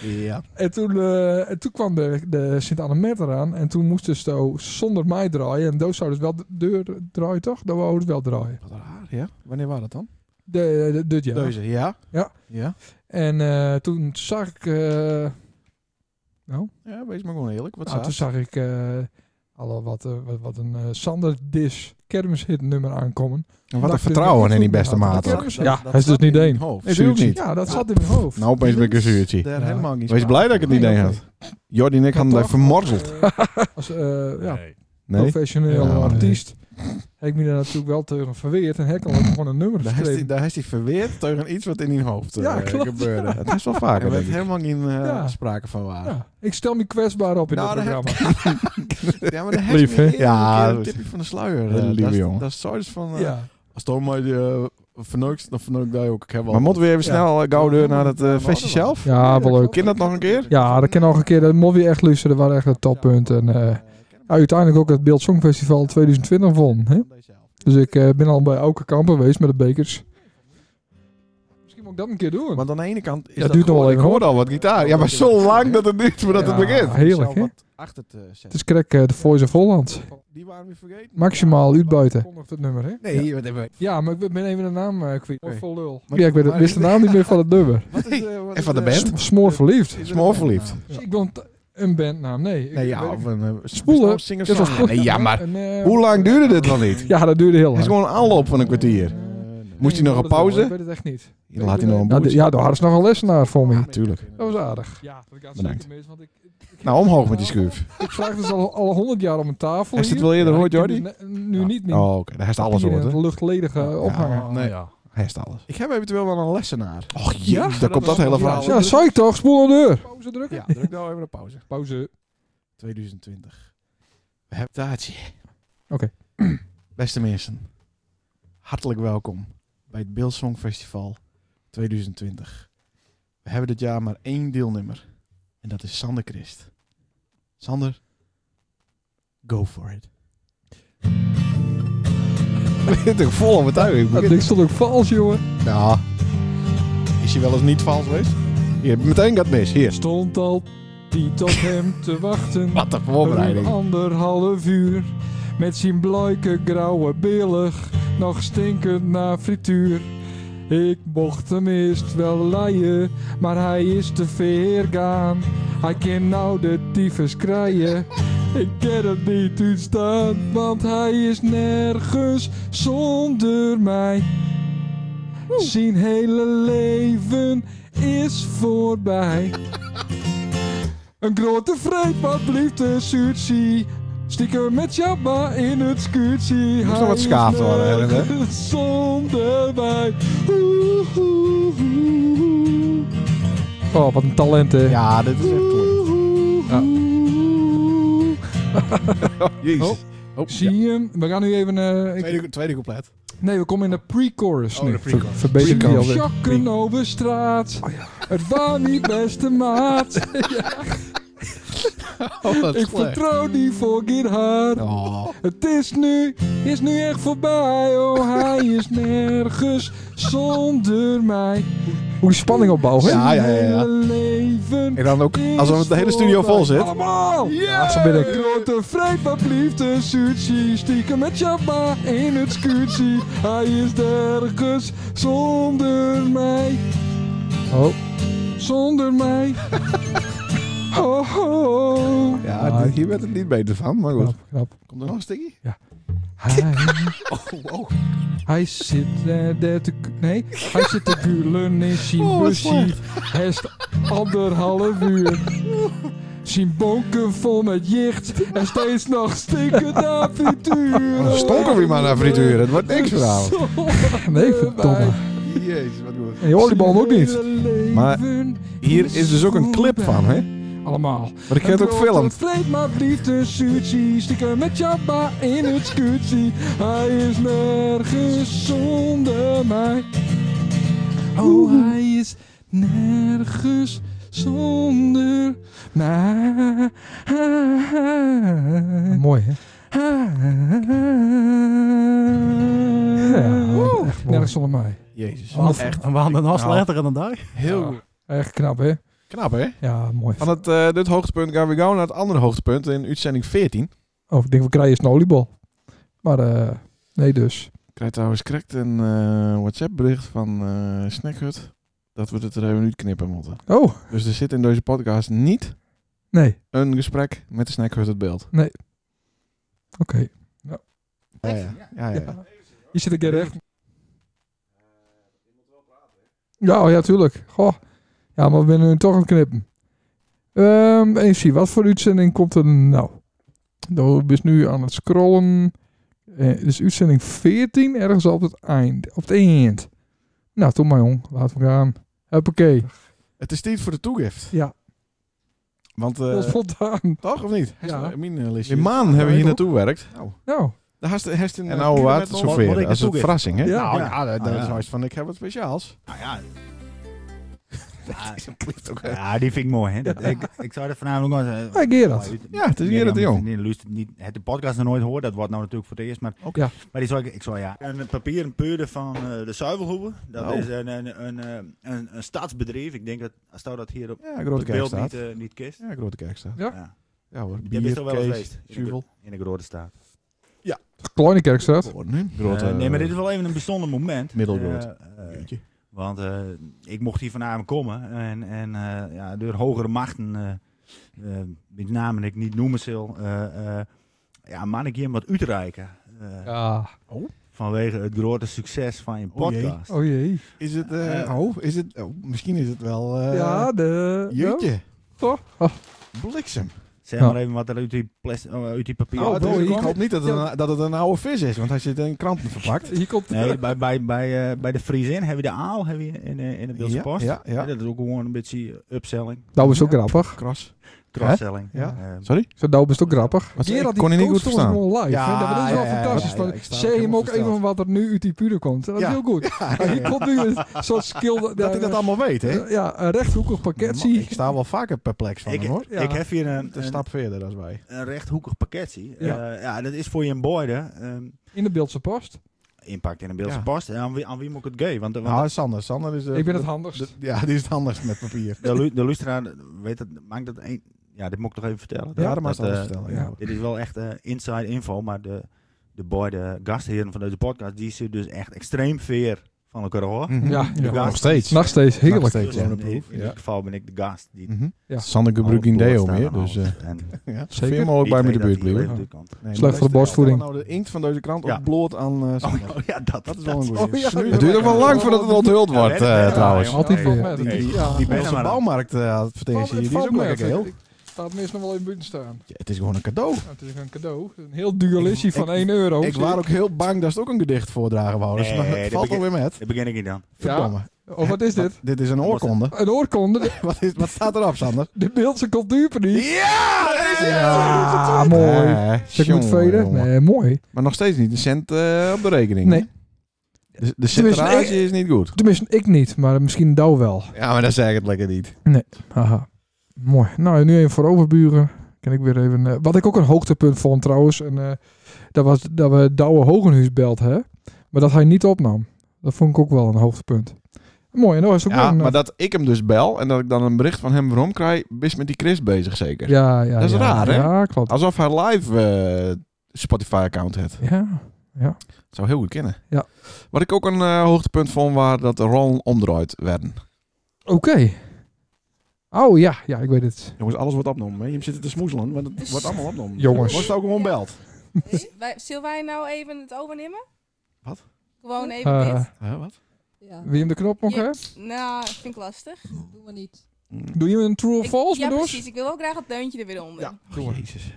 Ja. En toen, eh, en toen kwam de, de Sint-Annemet eraan. En toen moesten ze zo zonder mij draaien. En Doos zou dus wel de deur draaien, toch? Dat wou het wel draaien. Wat raar, ja. Wanneer waren dat dan? De, de, dit jaar. Deze, ja. Ja. Ja. En eh, toen zag ik... eh, Ja, wees maar gewoon eerlijk. Wat nou, toen staat? zag ik... eh alle wat, eh, wat, wat een eh, Sander Dis kermishit nummer aankomen. En wat Dacht een ik, vertrouwen dat in die ik beste dat- dat maat. ik ook. heb- Dat- Ja, dat hij is dus zat niet in één. mijn hoofd. Nee, natuurlijk niet. Ja, dat zat in mijn hoofd. Nou opeens ben ik een zuurtje. Daar Ja. helemaal niet Wees spaar. blij dat ik het niet Nee, één dat had. Jordi en ik hadden Maar daar toch, vermorzeld. eh, Als eh, ja, Nee. Nee? professioneel Ja, maar- artiest. Heb ik me daar natuurlijk wel tegen verweerd. En heb ik al gewoon een nummer Daar is, hij, geschreven. daar is hij verweerd tegen iets wat in die hoofd eh, Ja, klopt, gebeurde. Dat is wel Er vaker, werd denk ik. helemaal geen eh, Ja. sprake van waar. Ja, ik stel me kwetsbaar op in Nou, dit dat heb- programma. Ja, maar de Lief, hè? Ja, Ja, een dat is- tipje van de sluier. Hele eh, lieve dat, is- jongen. Dat is zoiets van... eh, Ja. Als Toon mij die, eh, verneukt, dan verneuk ik daar ook. Ik heb wel Maar moeten we even Ja. snel eh, gauw deur naar dat eh, Ja, we festje hadden zelf? ja, wel leuk. Ken dat nog een keer? Ja, dat kan nog een keer. Dat mocht weer echt luisteren. Dat waren echt een toppunt. En eh, ja, uiteindelijk ook het Beeld Songfestival 2020 won. Hè? Dus ik eh, ben al bij elke kampen geweest met de bekers. Misschien moet ik dat een keer doen. Want aan de ene kant is Ja, duurt nog wel gewoon- even, Ik hoorde al wat gitaar. Ja, maar zo lang dat het duurt voordat Ja, het begint. Heerlijk, hè? wat achter te zetten. Het is krek eh, de Voice of Holland. Die waren we vergeten. Maximaal uitbuiten. het nummer, hè? Nee, wat hebben we... Ja, maar ik ben even de naam eh, kwijt. Oké. Voor lul. Ja, ik weet het- wist de naam niet meer van het nummer. Wat is, eh, wat En van de eh, band? S- Smoor verliefd. is er Smoor een verliefd. bandnaam? Dus Ik wil een t- een bandnaam, nee. Ik- Nee, ja, weet of ik- een... eh, Spoelen. singer Dit was songwriter. kort. Nee, ja, maar En, eh, Hoe lang duurde dit dan niet? Ja, dat duurde heel Het is lang. gewoon een aanloop van een kwartier. Eh, Moest hij nog een Ik pauze? weet het echt niet. Hier laat hij nog een Ja, d- boertje. ja daar hadden ze nog een lessenaar voor me. Tuurlijk. Dat was aardig. Ja, dat gaat Bedankt. mis, want ik, Nou, omhoog met die schuif. ik vraag dus al, al 100 jaar om een tafel Is dit hier. wel eerder Ja, ooit, ik Jordi? ken dit ne- Nu niet meer. Oh, oké. Daar is alles Hier hoort, in hè? het luchtledige eh, ophangen. Oh, Nee. ja. Hij is alles. Ik heb eventueel wel een lessenaar. Och, ja? Daar komt dat is- hele ja, verhaal. ja. Ja, zei ik toch? Spoel aan de deur. Pauze drukken? Ja, druk nou even een pauze. Pauze. 2020. We hebben Taatje. Oké. Beste mensen, hartelijk welkom bij het Beeld Song Festival 2020. We hebben dit jaar maar één deelnemer en dat is Sander Christ. Sander, Go for it. Dit ook vol aan het uit. Dat ding stond ook vals, jongen. Nou, is hij wel eens niet vals geweest? Je hebt meteen gaat mis. Hier. Stond al Piet op hem te wachten. Wat een Ruim voorbereiding. anderhalf uur. Met zijn bluike grauwe billig. Nog stinkend naar frituur. Ik mocht hem eerst wel leien, maar hij is te ver gaan. Hij kan nou de tyfus krijgen. Ik ken het niet uitstaan, want hij is nergens zonder mij. Zijn hele leven is voorbij. Een grote vreet, wat blieft een sushi. Stiekem met Jabba in het scuutsie. Moest nog wat schaafd worden, hè, hè? Zonder mij. Oeh, oeh, oeh. Oh, wat een talent, hè? Ja, dit is echt mooi. Oeh, Ja. oeh. Jezus. Oh. Zie je hem? We gaan nu even... eh, ik- Tweede, tweede couplet. Nee, we komen in de pre-chorus Oh, nu. de pre-chorus. Ver- verbeter die Pre-chorus. alweer. Sjokken over straat. Het was niet beste maat. Oh, wat Ik slecht. vertrouw die voor geen haar. Oh. Het is nu, is nu echt voorbij. Oh, hij is nergens zonder mij. Hoe spanning opbouwen, hè? Ja, ja, ja, ja. Mijn hele leven En dan ook is alsof het de hele studio voorbij. vol zit. Allemaal! Ja, zo ben ik. Grote vreet, wat blieft een sushi. Stiekem met Jabba in het scuutsie. Hij is nergens zonder mij. Oh. Zonder mij. Oh, oh. Ja, dit- hier werd het niet beter van, maar goed. Knap, knap. Komt er nog een stukje? Hij, oh, hij zit eh, daar te... ku- Nee, hij zit te gulen in zijn Oh, wat busje. slecht. Hij is anderhalf uur. Zijn bonken vol met jicht. En steeds nog stinkend naar frituur. Oh, stonk er weer maar naar frituur. Het wordt niks vanavond. Nee, verdomme. Jezus, wat goed. En je oliebal ook niet. Maar Hier is dus ook een clip van, hè? Allemaal. Maar ik heb het ook film. Vreet maar liefde sushi. Stiekem met Jabba in het scuutsie. Hij is nergens zonder mij. Oh, hij is nergens zonder mij. Ah, Mooi, hè? nergens zonder mij. Jezus. Wat Echt En we hadden een Nou. letter en een dag. heel goed. Echt knap, hè? knap, hè? Ja, mooi. Van het, eh, dit hoogtepunt gaan we gauw naar het andere hoogtepunt in uitzending 14. Oh, ik denk we krijgen eerst een oliebol. Maar eh, nee dus. Ik krijg trouwens correct een eh, WhatsApp-bericht van eh Snackhut dat we het er even uitknippen moeten. Oh, Dus er zit in deze podcast niet nee. een gesprek met de Snackhut het beeld. Oké. Ja, ja. ja, ja. Ja. Je zit een keer recht. Ja, oh ja, tuurlijk. Goh. Ja, maar we zijn nu toch aan het knippen. Ehm even zien, wat voor uitzending komt er nou? Nou, ik ben nu aan het scrollen. Eh, dus uitzending 14, ergens op het eind. Op het eind. Nou, toen maar jong, laten we gaan. Hoppakee. Het is tijd voor de toegift. Ja. Want, Dat eh is voldaan. toch of niet? Ja. Ja. In maan hebben we hier naartoe gewerkt. Nou, Daar hast, hast een, En en nou nou wat, wat, zover. wat ik Dat is een naartoe verrassing, hè? Ja. Nou Ja. ja, dat, dat Ah, is ja. juist van, ik heb wat speciaals. Nou ja, Dat is een plicht ook, hè. ja, die vind ik mooi. Hè? Dat, ik, ik zou dat vanavond nog eens... hey Gerard. Ja, het is Gerard de Jong. Niet, het de podcast nog nooit hoort, dat wordt nou natuurlijk voor het eerst. Maar, Ook ja. maar die zou ik, ik zou ja. Een papieren peurder van eh, de Zuivelhoeve. Dat Oh. is een, een, een, eh, een, een staatsbedrijf. Ik denk dat als nou dat hier op Ja, Grote het beeld Kerkstraat. niet, eh, niet kist. Ja, Grote Kerkstraat. Ja. Ja. Ja hoor, Jij bent bier, er wel eens kees, geweest. In de, zuivel. in de grote staat. Kleine Kerkstraat. Gewoon, hè? Grote, Eh, nee, maar dit is wel even een bijzonder moment. Middelgroot. Eh, eh, Jeetje. Want eh, ik mocht hier vanavond komen en, en eh, ja, door hogere machten, eh, eh, met name ik niet noemen zal, eh, eh, ja, man ik hier wat uitreiken. eh, Ja. Vanwege het grote succes van je Oh jee. podcast. Oh jee. Is het, eh, Eh, oh, is het, oh, misschien is het wel, eh, ja, de... jeetje, Oh. Toch? bliksem. Zeg Ja. maar even wat er uit die, plas- eh, uit die papier Oh, dat dus hoor ik ik. hoop niet dat het, een, dat het een oude vis is, want hij zit in kranten verpakt. Hier komt... Nee, bij, bij, bij, eh, bij de Friesin heb je de aal heb je in, eh, in de Beeldse Ja, Post. ja, ja. Dat is ook gewoon een beetje upselling. Dat was ook grappig. Kras. Crossselling. Ja. Eh, Sorry? Zo nou best ook grappig. Wat zei- Gerard, ik kon je die niet goed coacht ons verstaan. gewoon live. Ja, hè. Dat is wel ja, ja, fantastisch. ja, ja, want ik sta zie hem helemaal ook even versteld. wat er nu uit die puur komt. Dat is Ja. heel goed. Ja, ja, Hij ja. komt nu een soort skill... Dat hij dat allemaal weet, hè? Ja, een rechthoekig pakketje. Ik sta wel vaker perplex van Ik- hem, hoor. ik Ja. heb hier een- Een stap verder dan wij. een rechthoekig pakketje. Ja. Ja. ja, dat is voor je een boyde. ehm, In de Beeldse Post. impact in een beeldse Ja. post. En aan wie, aan wie moet ik het geven? Want, want Nou, Sander. Sander is... eh, Ik ben de- het handigst. de- Ja, die is het handigst met papier. de, lu- de luisteraar weet het, maakt dat een. Ja, dit moet ik toch even vertellen. Ja, dat mag je eh, alles vertellen, ja. Dit is wel echt eh, inside info, maar de, de boy, de gastheren van deze podcast, die zitten dus echt extreem veer van elkaar hoor. Mhm. Ja, De ja. gast. Nog steeds. Nog steeds, heerlijk. Nog steeds, Dus ja. in, in dit Ja. geval ben ik de gast. Die Mhm. Ja. Sander Nou, gebruikt geen deo meer, dus... eh, ja. Ja, Zeker. zoveel mogelijk bij me in de buurt blijven. Slecht voor de luister, borstvoeding. Nou, de inkt van deze krant Ja. op bloot aan eh, Sander. Oh ja, dat, Dat is wel een goeie. Oh, ja. Snuur Het hem duurt lekker. nog wel lang voordat het onthuld wordt, eh, trouwens. Altijd weer. Die, Nee. die, Ja. die Ja. Beelse Ja. bouwmarkt eh Valt- advertentie, het die is valt ook mee, lekker het- heel. het Staat meestal nog wel in buiten staan. Ja, het is gewoon een cadeau. Nou, het is een cadeau. Een heel duur listje van ik- 1 euro. Ik was ook heel bang dat ze ook een gedicht voordragen wouden. Nee, maar het dat valt begin- alweer met. Daar begin ik niet aan. Verdomme. Oh, wat is dit? Dit is een oorkonde. Een oorkonde. wat, is, wat staat erop, Sander? De Beeldse cultuurprijs. Ja! dat is het! Ja, mooi. Eh, Zeg ik moet jongen, velen? jongen. Nee, mooi. Maar nog steeds niet een cent eh, op de rekening. Nee. hè? De, de Tenminste, centrage ik- is niet goed. Tenminste, ik niet, maar misschien Douw wel. Ja, maar dan zeg ik het lekker niet. Haha. Mooi. Nou, en nu even voor overburen. Kan ik weer even. eh, wat ik ook een hoogtepunt vond trouwens. En, eh, dat was dat we Douwe Hogenhuis belt, hè? Maar dat hij niet opnam. Dat vond ik ook wel een hoogtepunt. Mooi. En nou is het ook Ja, wel een, maar dat ik hem dus bel en dat ik dan een bericht van hem erom krijg, is met die Chris bezig zeker. Ja, ja. Dat is ja. raar, hè? Ja, klopt. Alsof hij live eh, Spotify-account heeft. Ja. Dat zou heel goed kennen. Ja. Wat ik ook een eh, hoogtepunt vond, was dat de rollen omdraaid werden. Oké. Oh ja, ja, ik weet het. Jongens, alles wordt opgenomen. Hè? Je zit te smoezelen, want het wordt allemaal opgenomen. Jongens. Wordt het ook gewoon belt. Wij, zullen wij nou even het overnemen? Wat? Gewoon even Eh, dit. wat? Ja. Wie hem de knop nog Je- hebt? Nou, vind ik lastig. Doen we niet. Doe je een true of Ik- false, ja, bedoel? precies. Ik wil wel graag het deuntje er weer onder. Jezus.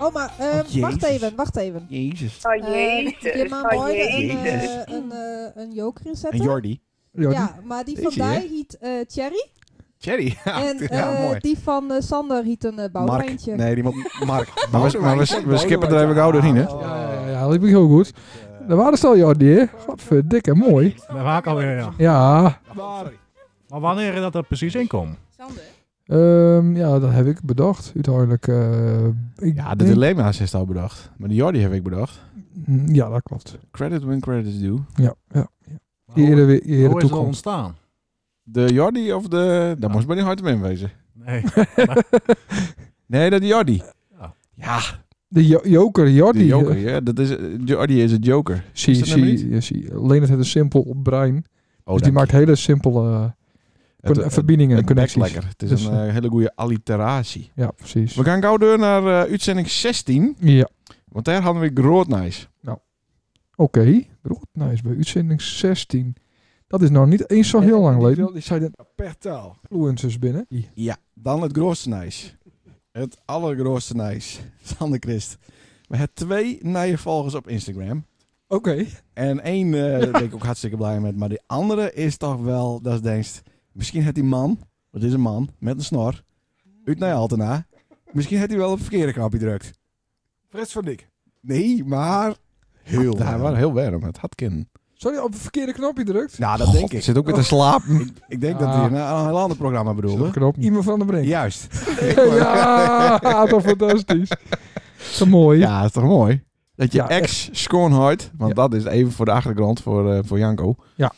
Oh, maar eh, Jezus. wacht even, wacht even. Jezus. Oh Eh, ik jezus, heb maar oh mooi een, jezus. eh, een, eh, een joker in En zetten. Jordi. Ja, die- Ja, maar die van Deze, hè? Dij hiet eh Thierry. Cherry. Ja, en ja, eh, mooi. die van eh, Sander hiet een eh bouwlijntje. Nee, die moet Mark. Maar we, maar we, we skippen er even gauw doorheen, hè? Ja, ja, ja, dat heb ik heel goed. Dat waren ze al, Jordi, hè? Godverdikke, mooi. Daar waar ik alweer, ja. Ja, Maar wanneer dat er precies in komt? Sander? ehm, ja, dat heb ik bedacht, uiteindelijk. eh, Hm? ik Ja, de denk- Mm, dilemma's is al bedacht. Maar de Jordi heb ik bedacht. Ja, dat klopt. Credit when credit is due. Ja, ja. Maar Die Hoe, eerder, weer- die eerder hoe is het al toekomt. ontstaan? De Jordi of de... Dat moest bij die Hartman wezen. Nee. Nee, dat de Jordi. Ja. Ja, De jo- joker, Jordi. eh, de Joker. Ja, dat is... Jordi is het Joker. Zie, Is dat nou niet? zie, ja, zie. Leonard heeft een simpel brein. Oh, dus die maakt hele simpele Het- eh, het- verbindingen en Het bekt connecties. lekker. Het is Dus, een eh, hele goede alliteratie. Ja, precies. We gaan gauw door naar eh, uitzending 16. Ja, Want daar hadden we groot nice. oké. Goed, nou is bij uitzending 16. Dat is nou niet eens zo heel lang geleden. Die zijn de Per taal. influencers binnen. Ja, dan het grootste nice. Het allergrootste nice. Sander Christ. We hebben twee nieuwe volgers op Instagram. Oké. En één eh, daar ben ik ook hartstikke blij met. Maar die andere is toch wel, dat is denkst, misschien heeft die man, dat is een man, met een snor, uit naar Altena. Misschien heeft hij wel op het verkeerde knopje gedrukt. Frits van Dik. Nee, maar heel. Ja, warm. waren heel warm. Het had kind. Sorry, op het verkeerde knopje drukt. Nou, dat denk ik. Zit ook weer te slapen. Ik, ik denk Ah. dat hij een, een heel ander programma bedoelde. Knop. Iemand van de brink. Juist. ja, toch fantastisch. Zo mooi. Ja, dat is toch mooi? Dat je Ja, ex schoonheid, want dat is even voor de achtergrond voor, eh, voor Janko. Ja.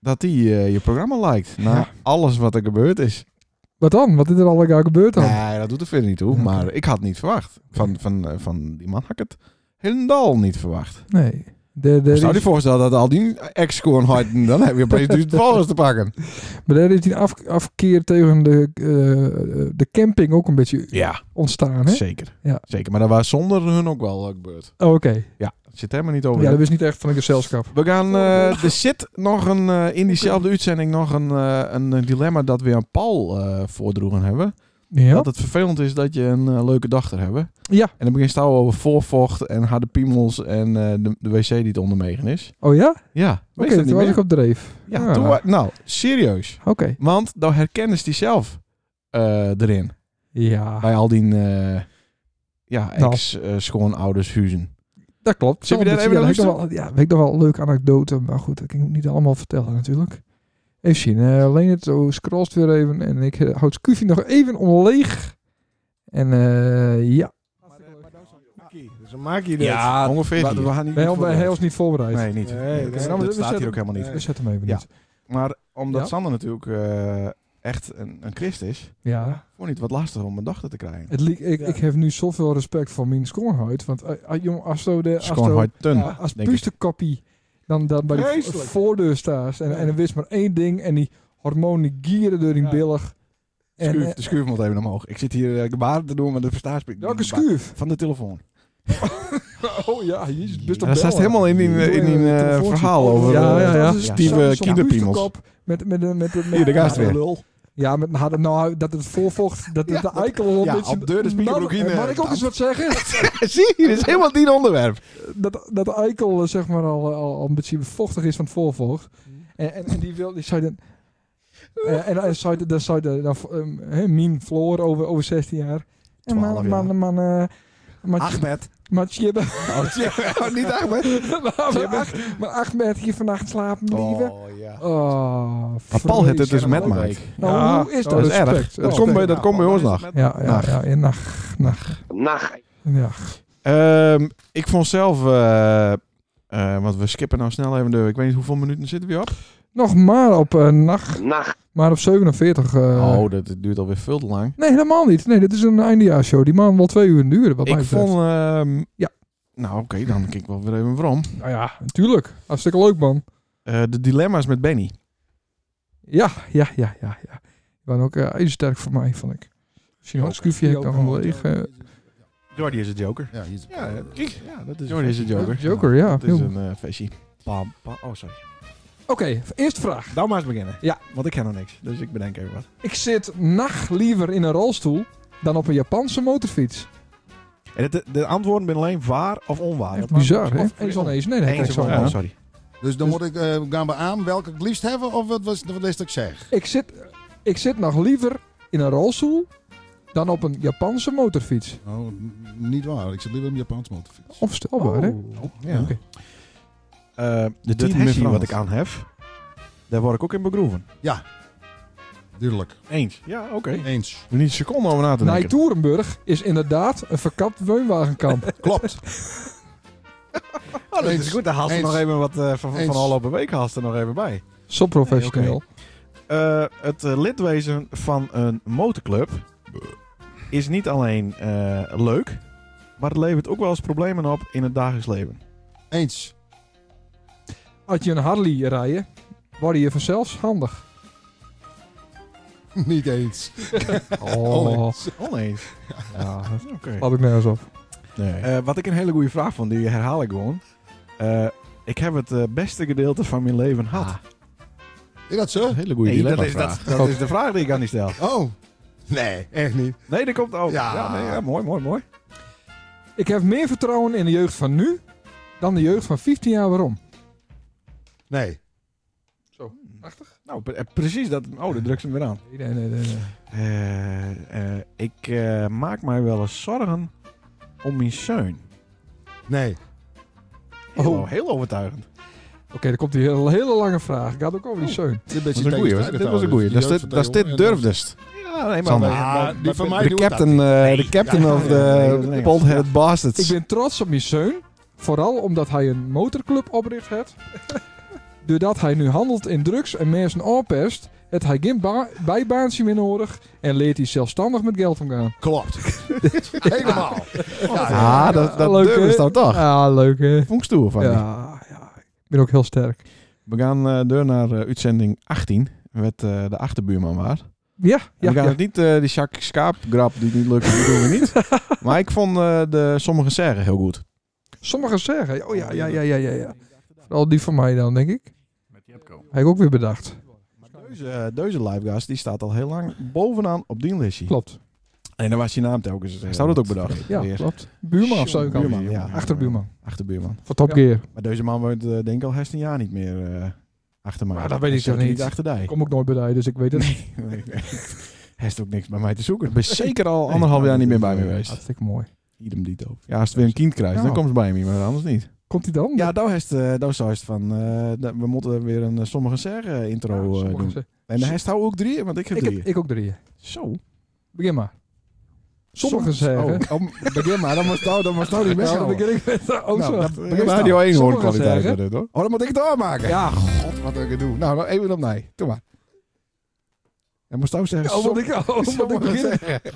Dat die eh, je programma liked. Na Ja. alles wat er gebeurd is. Wat dan? Wat is er allemaal gebeurd dan? Nee, dat doet er verder niet toe. Oké. Maar ik had niet verwacht. Van, van, eh, van die man had ik het helemaal niet verwacht. Nee. De, de, Zou je is, je voorstellen dat al die ex schoonheid dan heb je opeens duizend volgers te pakken. maar daar is die af, afkeer tegen de, eh, de camping ook een beetje Ja, ontstaan, hè? zeker. Ja. Zeker. Maar dat was zonder hun ook wel eh, gebeurd. Oh, Oké. Ja, het zit helemaal niet over. Ja, Oh. dat is niet echt van een gezelschap. We gaan, eh, er zit nog een, eh, in diezelfde uitzending nog een, eh, een eh, dilemma dat we aan Paul eh, voordroegen hebben. Ja. Dat het vervelend is dat je een eh, leuke dochter hebt. Ja. En dan begint het al over voorvocht en harde piemels en eh, de, de wc die het ondermegen is. Oh ja? Ja, Oké, weet je dat toen niet was ik meer? op dreef. Ja, Ah, toen Oké. wa- nou, serieus. Want dan herkennen ze die zelf eh, erin. Ja. Bij al die eh, ja, Nou. eh, ex-schoonoudershuizen. Dat klopt. Zullen we daar Zandert, ja, even naar dat heb ik nog wel, luisteren? ja, dat heb ik nog wel een leuke anekdote. Maar goed, dat kan ik ook niet allemaal vertellen natuurlijk. Even zien. eh Leonard oh, scrollst weer even. En ik eh, houd Scufie nog even omleeg. En eh, ja. Dus dan maak je dit. Ja, ongeveer Maar hier. we gaan niet Wij goed hebben voorbereid. heel niet voorbereid. Nee, niet. Nee, nee. Nee, dat dat we staat zetten hier ook helemaal niet. hem- we zetten hem even niet. Maar omdat Ja. Sander natuurlijk eh, echt een, een christ is, Ja. vond niet wat lastig om een dochter te krijgen. Het liek- ik, ik heb nu zoveel respect voor mijn schoonheid. Want eh, eh, jong, als zo de als zo- Schoonheidten, ja, als denk ik. puisterkoppie dan, dan bij de Vreselijk. voordeur staat en, en er wist maar één ding en die hormonen gieren door die billig. En, Schuif, eh, de schuif moet even omhoog. Ik zit hier eh gebaren te doen, maar de verstaat ik niet. Welke Gebaar- schuif? Van de telefoon. oh ja, jezus, best op Dat staat bellen. helemaal in die, Doe eh, in even die een eh, telefoontje. Oh, verhaal over eh, ja, ja, ja. die Zo'n- zo'n kinderpiemels. puisterkop Met, met, met, met, met, Hier, daar gaat het weer. Lul. Ja, met een harde- nou, dat het voorvocht, dat het de eikel... ja, met zijn- op deur de spiegelbroek Nou, in, eh, eh, Mag ik ook eens wat zeggen? Zie, dit is helemaal die onderwerp. dat, dat eikel eh, zeg maar al, al, al een beetje vochtig is van het voorvocht. Hmm. En, en, en die wil, die zei dan... eh, en dan zei, dan zei de, dan, ehm, hè, Mien Floor over, over 16 jaar. En man, Twaalf man, man, eh, maar- Ahmed. Maar Tjibbe. Oh, Tjibbe. Oh, niet Ahmed. maar, Ach- maar Ahmed hier vannacht slapen blijven. Oh, ja. Oh, Maar Paul heeft het dus vreselijk. met Mike. Nou, Ja, hoe is dat? dat is erg. Respect. Dat komt bij- dat komt bij ons nog. Ja, ja, Nacht. ja, in nacht. Nacht. Nacht. Ja. Ehm, ik vond zelf, eh, eh, want we skippen nou snel even de, ik weet niet hoeveel minuten zitten we op. Nog maar op eh, nacht. Nacht. Maar op 47. eh, oh, dat, dat duurt alweer veel te lang. Nee, helemaal niet. Nee, dit is een eindejaarshow. Die man wel twee uur duren, wat mij ik betreft. vond, ehm, ja. nou oké, dan kijk ik wel weer even waarom. Nou ja, natuurlijk. Hartstikke leuk, man. Eh, de dilemma's met Benny. Ja, ja, ja, ja. ja. Die waren ook eh sterk voor mij, vond ik. Misschien ook Scufie heb ik nog een leeg. eh, Jordi is het joker. Ja, hier is ja, kijk. Ja, dat is een Jordi is feestje. het joker. Dat is joker, ja. Dat is Heel een eh feestje. Pam, pam. Oh, sorry. Oké, eerste vraag. Nou maar eens beginnen. Ja. Want ik ken nog niks, dus ik bedenk even wat. Ik zit nacht liever in een rolstoel dan op een Japanse Ah, motorfiets. En het- de, de antwoorden zijn alleen waar of onwaar. Echt bizar, hè? Of- Eens van eens. Nee, nee, Eens kijk of zo. onwaar, sorry. Dus dan moet ik eh, gaan beamen welke ik het liefst hebben of wat, was- wat is dat ik zeg? Ik zit, ik zit nog liever in een rolstoel dan op een Japanse motorfiets. Oh, n- niet waar. Ik zit liever op een Japans motorfiets. Onvoorstelbaar, hè? Oh, Oh, ja. Oké. Eh, de Dat tien hesje wat veranderd. ik aan heb, daar word ik ook in begroeven. Ja, duidelijk. Eens. Ja, oké. Eens. Niet een seconde over na te denken. Nijtoerenburg is inderdaad een verkapt woonwagenkamp. Klopt. Oh, dat is goed. Daar haalt ze Eens. nog even wat eh, van, van Eens. de afgelopen week haalt ze er nog even bij. Zo professioneel. Nee, oké. Eh, het eh, lidwezen van een motorclub is niet alleen eh, leuk, maar het levert ook wel eens problemen op in het dagelijks leven. Eens. Als je een Harley rijdt, word je vanzelf handig. Niet eens. Oh. Oneens. Ja, Oké. had ik nergens op. Eh, wat ik een hele goede vraag vond, die herhaal ik gewoon. Eh, ik heb het eh, beste gedeelte van mijn leven gehad. Ah. Is dat zo? Hele goede Nee, dilemma dat is- dat- vraag. dat is de vraag die ik aan die stel. Oh. Nee, echt niet. Nee, dat komt ook. Ja. Ja, nee, ja, mooi, mooi, mooi. Ik heb meer vertrouwen in de jeugd van nu dan de jeugd van 15 jaar. Waarom? Nee. Zo, prachtig. Nou, pre- eh, precies dat. Oh, dat drukt ze hem weer aan. Nee, nee, nee. nee. Eh, eh, ik eh, maak mij wel eens zorgen om mijn zoon. Nee. Heel, Oh. heel overtuigend. Oké, dan komt die hele, hele lange vraag. Ik had ook over die zeun. Dit Dat was een goeie. hoor. Dit was een goeie. Dat is dit- dat is dit durfdest. Ja, nee, maar- Sander. maar- maar- Ah, die van mij De doet captain, dat eh, niet. de captain Ja, ja, of ja, ja, ja, the ja, ja. Baldheaded Bastards. Ik ben trots op mijn zoon. Vooral omdat hij een motorclub opricht heeft. Doordat hij nu handelt in drugs en mensen oppest, heeft hij geen ba- bijbaantje meer nodig en leert hij zelfstandig met geld omgaan. Klopt. Helemaal. Ah, dat, dat durven is nou toch? Ja, leuk hè. Vond ik stoer van je. Ja, ja, ik ben ook heel sterk. We gaan eh, door naar eh, uitzending 18 met eh, de achterbuurman waar. Ja, En ja, we gaan ja. het niet eh die Jacques Schaap grap die niet lukt, die doen we niet. Maar ik vond eh, de sommige serre heel goed. Sommigen zeggen, oh ja, ja, ja, ja, ja. ja. Vooral die van mij dan, denk ik. Met Jepko. Heb ik ook weer bedacht. Deze, eh, deze livegast die staat al heel lang bovenaan op die listje. Klopt. En dan was je naam telkens. Uh, zou dat ook bedacht? Ja, Weer. klopt. Buurman of zo. Jongen, buurman, Buurman, ja. Achterbuurman. Achterbuurman. Voor Top Gear. Maar deze man woont eh, denk ik al 16 jaar niet meer eh, achter mij. Maar dat weet Hij ik zit toch niet. achter die. Kom ook nooit bij die, dus ik weet het niet. Nee, nee. heeft ook niks bij mij te zoeken. Ik ben zeker al anderhalf jaar niet meer bij me geweest. Hartstikke mooi. Idem dito. Ja, als het weer een kind krijgt, Ja. dan komt ze bij me, maar anders niet. Komt hij dan? Ja, daar heeft, eh, daar zei het van, eh, dat- we moeten weer een eh, sommige zeggen eh, intro eh, sommigen doen. zeggen. En de heeft hou ook drie, want ik heb Ik, drie. heb, ik ook drieën. Zo. Begin maar. Sommigen Sommige- zeggen. Oh, om- begin maar, dan moest nou, dan moest nou niet best Ja, dan begin ik met oh, zo. begin maar. eh, Radio 1 Sommigen hoornkwaliteit zeggen- hebben we dit, hoor. Oh, dan moet ik het doormaken. Ja, god, wat ik het doe. Nou, dan even opnieuw. Doe maar. En moest nou zeggen... Oh, wat som- ik, oh, wat ik sommigen begin. zeggen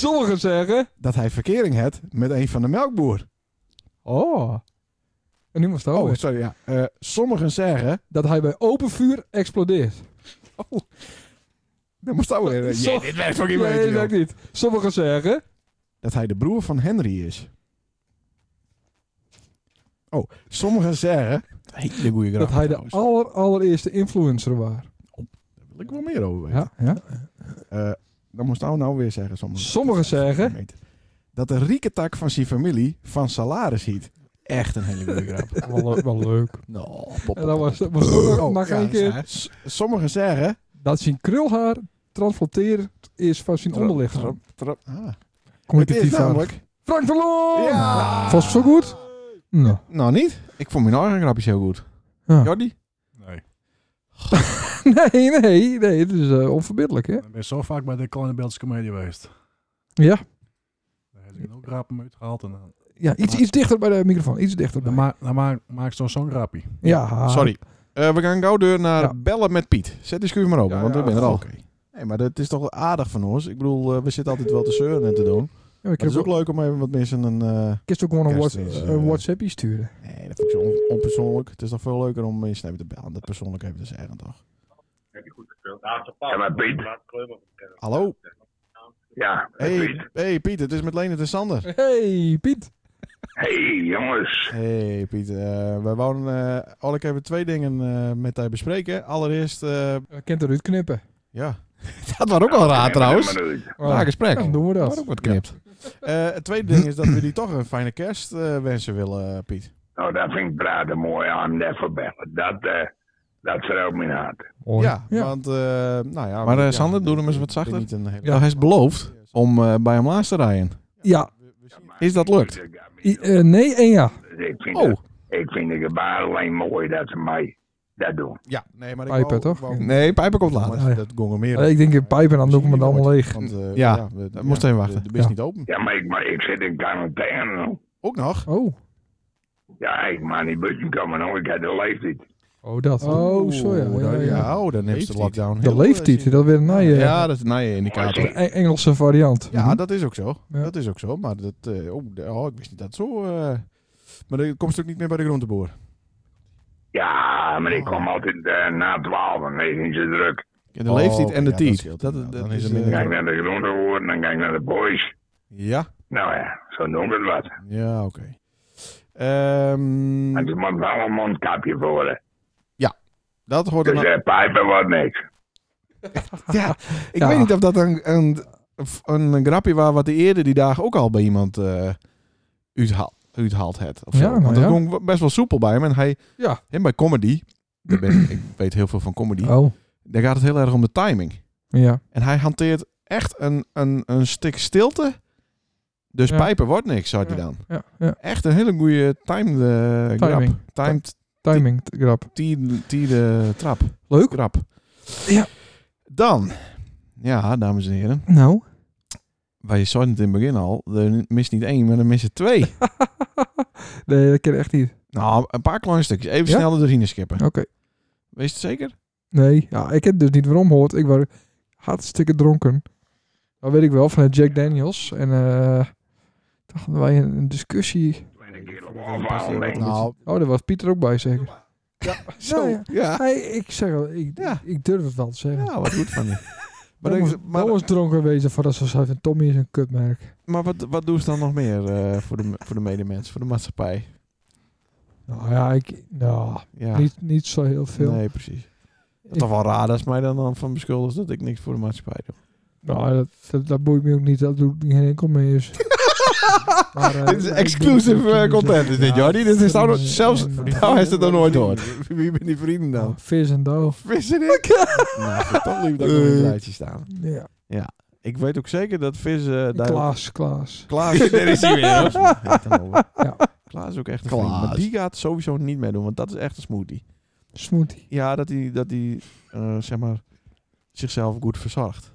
Sommigen zeggen. Dat hij verkering had met een van de melkboer. Oh. En nu moest het Oh, over. sorry, ja. Eh, sommigen zeggen... Dat hij bij open vuur explodeert. Oh. Dat moest nou weer... Som- Ja, dit werkt ook niet Nee, beter, dit joh. werkt niet. Sommigen zeggen. dat hij de broer van Henry is. Oh, sommigen zeggen... Hele goede grap. dat hij de trouwens. aller, allereerste influencer was. Daar wil ik wel meer over weten. Ja, ja. Eh, dan moest nou nou weer zeggen sommigen. Sommigen zeggen. Dat de rieke tak van zijn familie van salaris hiet. Echt een hele goede grap. Wel, le- wel leuk. Nou, En dan was het. Oh, mag eh, ja, één keer. S- Sommigen zeggen... Dat zijn krulhaar transporteerd is van zijn onderlichaam. Ah. Het is Communicatief aardig. namelijk... Frank de Loon! Ja! Vond je het zo goed? Nou. Nou, niet. Ik vond mijn eigen grapjes heel goed. Ja. Jordi? Nee. nee, nee, nee. Het is eh, onverbiddelijk, hè? Ik ben zo vaak bij de Kleine Beeldse Comedie geweest. Ja. Daar heb ik ook grappen uitgehaald. En dan, Ja, iets, iets dichter bij de microfoon. Iets dichter bij. dan, ma dan ma maak ik zo zo'n grappie. Ja. Sorry. Eh, we gaan gauw door naar Ah. Ja. bellen met Piet. Zet die schuur maar open, Ja, want ja, we zijn er al. oké. Nee, maar dat is toch wel aardig van ons. Ik bedoel, eh, we zitten altijd wel te zeuren en te doen. Ja, Maar ik het heb is ook leuk om even wat mensen een... eh, Kist ook gewoon een, Kerst whats- is, een eh, WhatsAppje sturen. nee, dat vind ik zo on- onpersoonlijk. Het is toch veel leuker om mensen even te bellen. Dat persoonlijk even te zeggen, toch? Ja, maar Piet. Hallo? Ja, Piet. Hey, hey Piet, het is met Lene en Sander. Hey, Piet. Hey, jongens. Hey Piet, eh, wij wouden eh al ik even twee dingen eh, met jou bespreken. Allereerst, eh, Je kent eruit knippen. ja, dat was ook wel raar trouwens. Maar uit. Oh, Na gesprek. Dan doen we Waar dat. ook wat knipt. Eh, het tweede ding is dat we die toch een fijne kerst eh, wensen willen, eh, Piet. Nou, dat vind ik praten mooi aan, never bellen. Dat, eh dat schrijft mijn hart. Mooi. Ja, want eh, nou ja. Maar, eh, ja, Sander, doe hem eens ik wat ben zachter. Niet een hele... Ja. Hij is beloofd om eh, bij hem langs te rijden. Ja. Is dat lukt? I- eh, nee en ja. Dus ik vind, Oh. het, ik vind de gebaar alleen mooi dat ze mij dat doen. Ja, nee, maar ik Pijpen, wou- toch? wou- Nee, pijpen komt later. Maar Dat gongen meer. Eh, ik denk in pijpen, dan doe ik me het allemaal leeg. Want, eh, Ja, we- dat moest even wachten. De, de bus Ja. niet open. Ja, maar ik, maar ik zit in quarantaine. nou. Ook nog? Oh. Ja, ik mag niet buiten komen, nou, ik heb de leeftijd. Oh, dat. Oh, zo ja. Oeh, ja, dan- ja. ja, oh, dan heeft de Leeftijd. lockdown De heel... eh, leeftijd, dat weer een Ja, naaie- dat is een naaie indicator. E- Engelse variant. Ja, Mhm. dat is ook zo. Ja. Dat is ook zo. Maar dat, eh, oh, de- oh, ik wist niet dat het zo. eh, maar dan komt ze ook niet meer bij de groenteboer. Ja, maar ik kom altijd eh, na twaalf en dan is het niet zo druk. Ja, de Oh, leeftijd en de ja, dat tijd. scheelt Dat, dat, inderdaad. Dan is is er eh, Dan minder ga ik naar de groente worden, dan ga ik naar de boys. Ja, Nou ja, zo noem ik het wat. ja, oké. Ehm, Maar er moet wel een mondkapje voor worden. dat hoort er Dus nou- eh, pijpen wordt niks. Ja, ik Ja. weet niet of dat een, een, een, een grapje was wat hij eerder die dagen ook al bij iemand eh uithaal, uithaalt het. Of zo. Ja, maar nou Want dat ja. ging wel- best wel soepel bij hem. En hij, Ja. hem bij comedy, daar ben- ik weet heel veel van comedy, Oh. daar gaat het heel erg om de timing. Ja. En hij hanteert echt een, een, een stuk stilte. Dus Ja. pijpen wordt niks, zou hij dan. Ja. ja. Echt een hele goede timed eh grap. Timing. Timed Timing, t- grap. tiende tiende trap. Leuk. Grap. Ja. Dan. Ja, dames en heren. Nou. Wij zeiden het in het begin al. Er mist niet één, maar er missen twee. Nee, dat kan echt niet. nou, een paar kleine stukjes. Even Ja? snel erin skippen. Oké. Wees het zeker? Nee, ja, ik heb dus niet waarom hoort. Ik was hartstikke dronken. Dat weet ik wel, van het Jack Daniels. En eh toen hadden wij een, een discussie. Tweede keer op Pas, eh, afhaal, wat nee. nou, Oh, daar was Pieter ook bij, zeker. Nou zo. ja. Ja, Hij- ik zeg wel, ik, Ja. ik durf het wel te zeggen. Ja, wat goed van je. Maar Maar, denk- was, maar, was dronken wezen voordat ze zei van Tommy is een kutmerk. maar wat, wat doen ze dan nog meer eh, voor, de, voor de medemens, voor de maatschappij? Nou ja, ik, nou, Ja, niet, niet zo heel veel. nee, precies. Dat Ik- is toch wel raar dat ze mij dan, dan van beschuldigt dat ik niks voor de maatschappij doe. Nou, dat, dat, dat boeit me ook niet. Dat doet geen enkel mens. Maar, eh, Dit is ik- exclusive eh, content, is dit, Jordi? Dit is nou nog- zelfs Nou, jou heeft het nog nooit gehoord. Wie ben die vrienden nou, vis en doof. Eh. Vissen ik? nou, ik vind het toch lief dat ik nog in het rijtje staan. Ja. Ja. Ik weet ook zeker dat Vis... eh daar Klaas, Klaas. Klaas, daar is hij weer. hoor. Zo heet hem ook. Ja. Klaas is ook echt een Klaas. vriend. Maar die gaat sowieso niet meedoen, want dat is echt een smoothie. Smoothie. Ja, dat hij, dat hij eh, zeg maar, zichzelf goed verzorgt.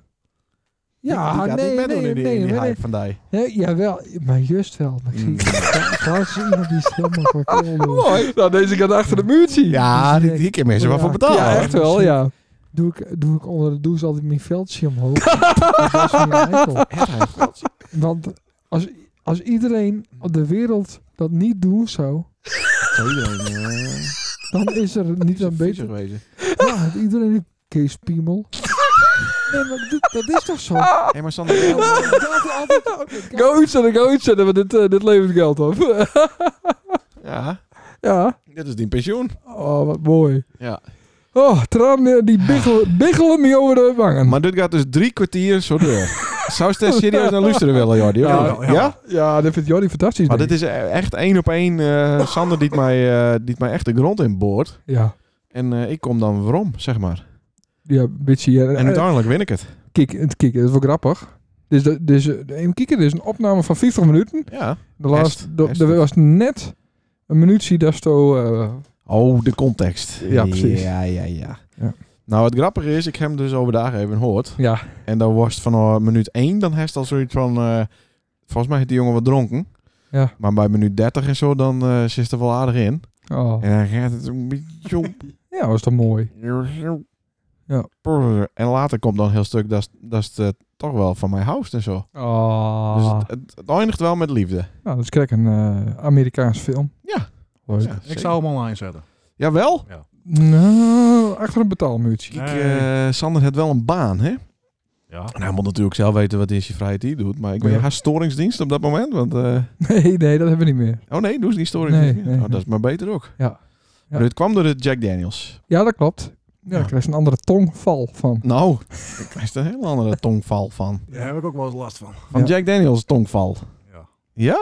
Ja, ah, die, die gaat nee, niet meedoen nee, in die, nee, in die nee, hype Mm. nee. van die. Ja, jawel, maar juist wel. Maar ik zie, Klaas is iemand die is helemaal voor kool doet. Mooi. Nou, deze gaat achter de muurtje. Ja, die, die keer mensen Ja, wel voor betalen. Ja, hoor. echt wel, ja. Doe ik, doe ik onder de douche altijd mijn veldje omhoog. Dat is van je eikel. Want als, als iedereen op de wereld dat niet doet zo, Zou iedereen, eh, dan is er niet aan beter. wezen. Ja, het iedereen een Kees Piemel. Nee, maar dit- dat is toch zo? Hé, maar Sander, jij- Oh, Go uitzenden, go uitzenden, want dit, eh, dit levert geld op. ja, ja. dit is die pensioen. Oh, wat mooi. Ja. Oh, tranen die biggelen, biggelen me over de wangen. Maar dit gaat dus drie kwartier zo door. Zou je steeds serieus naar luisteren willen, Jordi? of Ja, niet? ja. Ja, dat vindt Jordi fantastisch. Maar denk dit is e- echt één op één. eh, Sander die het mij, eh, die het mij echt de grond in boort. Ja. En eh, ik kom dan waarom, zeg maar. ik. Ja, een beetje. Ja, En eh, uiteindelijk win ik het. Kijk, het kikken, dat is wel grappig. Dus, de- dus eh, even kijken, dit is een opname van 50 minuten. Ja. De laatste, Est, de- est. er was net een minuutje dat zo... eh, Oh, de context. Ja, precies. Ja, ja, ja. Ja. Nou, het grappige is, ik heb hem dus overdag even gehoord. Ja. En dan was het van eh, minuut 1, dan heeft al zoiets van... eh, volgens mij heeft die jongen wat dronken. Ja. Maar bij minuut 30 en zo, dan eh zit er wel aardig in. oh. En dan gaat het een beetje... om. Ja, was toch mooi. Ja. En later komt dan een heel stuk, dat is- dat is eh, toch wel van mij houst en zo. Oh. Dus het, het, het eindigt wel met liefde. Nou, dat is kijk een eh Amerikaans film. Ja. Leuk. Ja. Ik zou hem online zetten. Jawel? Ja. Nou, achter een betaalmuurtje. Kijk, Nee. eh, Sander heeft wel een baan, hè? Ja. En hij moet natuurlijk zelf weten wat hij in zijn vrije tijd doet. Maar ik ben Ja. haar storingsdienst op dat moment. Want, eh, Nee, nee, dat hebben we niet meer. oh nee, doe ze niet storingsdienst. Nee, meer. nee, oh, dat is maar beter ook. Ja. Maar dit kwam door de Jack Daniels. Ja, dat klopt. Ja, Ja. ik krijg een andere tongval van. Nou, ik krijg er een heel andere tongval van. Daar heb ik ook wel eens last van. Van Ja. Jack Daniels tongval. Ja. Ja?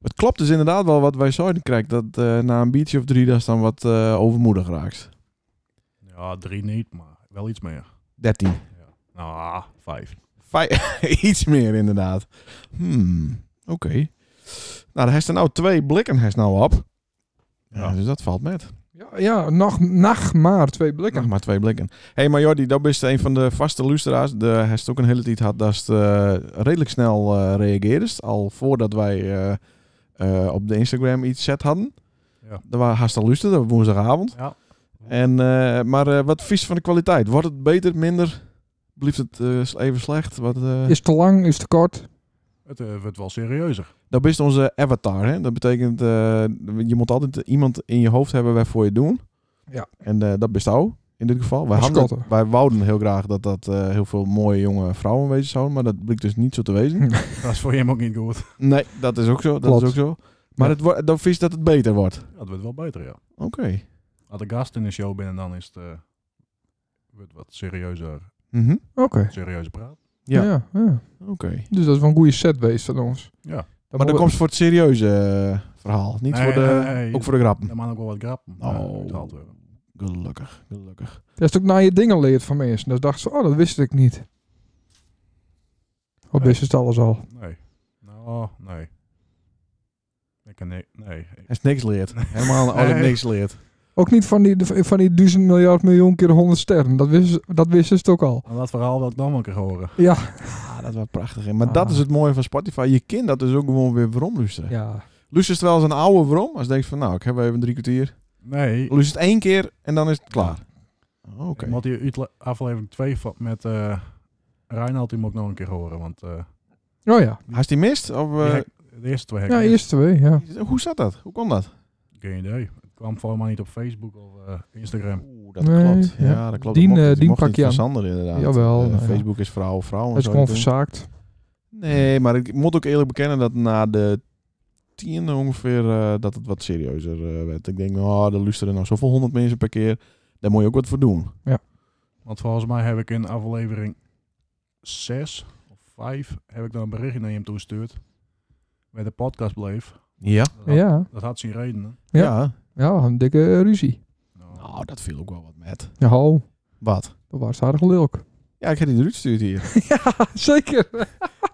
Het klopt dus inderdaad wel wat wij zouden krijgen. Dat eh, na een biertje of drie, dat is dan wat eh, overmoedig raakt. Ja, drie niet, maar wel iets meer. 13. Nou, vijf. Vij- Iets meer inderdaad. Hmm, oké. Nou, hij is er nou twee blikken hij is nou op. Ja, dus dat valt met. Ja, ja nog, nog maar twee blikken. Nog maar twee blikken. Hé, hey, maar Jordi, dat is een van de vaste luisteraars. De, hij heeft ook een hele tijd gehad dat het redelijk snel eh reageerde. Al voordat wij eh, eh, op de Instagram iets set hadden. Ja. Dat was haast al luisteren, dat was woensdagavond. Ja. En, eh, maar eh, wat vies van de kwaliteit? Wordt het beter, minder? Blijft het eh, even slecht? Wat, eh? Is te lang, is te kort. Het eh, wordt wel serieuzer. Dat is onze avatar. Hè? Dat betekent, eh, je moet altijd iemand in je hoofd hebben waarvoor je het doen. Ja. En eh, dat best jou in dit geval. Wij, Mascotte. hadden- wij wouden heel graag dat dat eh, heel veel mooie jonge vrouwen wezen zouden. Maar dat blijkt dus niet zo te wezen. Dat is voor hem ook niet goed. nee, dat is ook zo. Dat Klopt. is ook zo. Maar Ja. het wordt, dan vies dat het beter wordt. Ja, het wordt wel beter, ja. Oké. Als de gast in de show binnen, dan is het eh, wordt wat serieuzer, Mhm. Oké. serieuzer praat. Ja. Ja. Ja, Oké. Dus dat is wel een goede set geweest van ons. Ja. Maar moet- dat komt voor het serieuze eh, verhaal. Niet Nee, voor de, nee, nee. ook voor de grappen. Daar mag ook wel wat grappen eh, Oh. uitgehaald worden. Gelukkig, gelukkig. Dat is ook naar je dingen leert van mensen. Dat dacht ze, oh, dat wist ik niet. Of Nee. wist het alles al? Nee. Nou, nee. Ik kan niet. Nee. Hij is niks leert. Helemaal altijd Nee. niks leert. Ook niet van die, van die duizend miljard miljoen keer honderd sterren. Dat wist, dat wist ze het ook al. Maar dat verhaal wil ik dan wel een keer horen. Ja. Ah, dat was prachtig. hè. Maar Ah. dat is het mooie van Spotify. Je kind dat dus ook gewoon weer waarom luisteren. Ja. Luister het wel eens een oude waarom? Als je denkt van, nou, ik heb even drie kwartier. Nee. Luister het één keer en dan is het klaar. Oké. Ik moet die uitle- aflevering 2 met eh Reinhard die moet ik nog een keer horen. Want eh, Oh ja. Had je die mist? Of, die eh, hek- de eerste twee Ja, hekken. eerst twee, ja. Hoe zat dat? Hoe kon dat? Geen idee. Het kwam voor mij niet op Facebook of eh, Instagram. Oeh, dat Nee, klopt. Ja, ja. dat klopt. Dien, dat mocht eh, niet. Dien mocht pak niet je van aan. Sander inderdaad. Jawel, Eh, nou ja. Facebook is vrouw, vrouw. en Dat is zo, gewoon denk ik. verzaakt. Nee, maar ik moet ook eerlijk bekennen dat na de tiende ongeveer eh, dat het wat serieuzer eh, werd. Ik denk, nou, er luisteren nou zoveel honderd mensen per keer. Daar moet je ook wat voor doen. Want volgens mij heb ik in aflevering 6 of 5 heb ik dan een berichtje naar hem toegestuurd. Waar de podcast bleef. Ja. Dat had, Ja. dat had zijn redenen. Ja. ja. Ja, een dikke eh, ruzie. Nou, Nou, dat viel ook wel wat met. Ja, ho. Wat? Dat was aardig leuk. Ja, ik heb die eruit gestuurd hier. ja, zeker.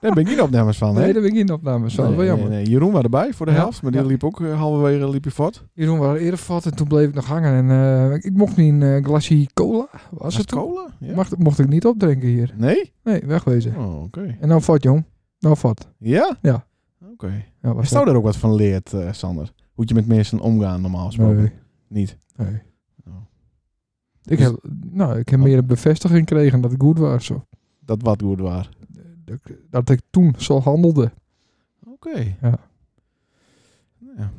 Daar ben ik niet opnames van, hè? Nee, daar ben ik niet opnames van. Nee, Wel jammer. nee, nee. Jeroen was erbij voor de Ja, helft, maar die ja. liep ook eh, halverwege liep je voort. Jeroen was eerder vat en toen bleef ik nog hangen. En eh, ik mocht niet een eh, glasje cola. Was, het het toen? cola? Ja. Mag- mocht ik niet opdrinken hier. Nee? Nee, wegwezen. Oh, oké. En nou vat, jong. Nou vat. Ja? Ja. Oké. Ja, was Is jou daar ook wat van leert, eh, Sander? Hoe je met mensen omgaan normaal gesproken? Nee. Niet? Nee. Oh. Ik Dus heb, nou, ik heb meer een bevestiging gekregen dat het goed was. Zo. Dat wat goed waar. Dat, ik- dat ik toen zo handelde. Oké. Nou Ja. Ja.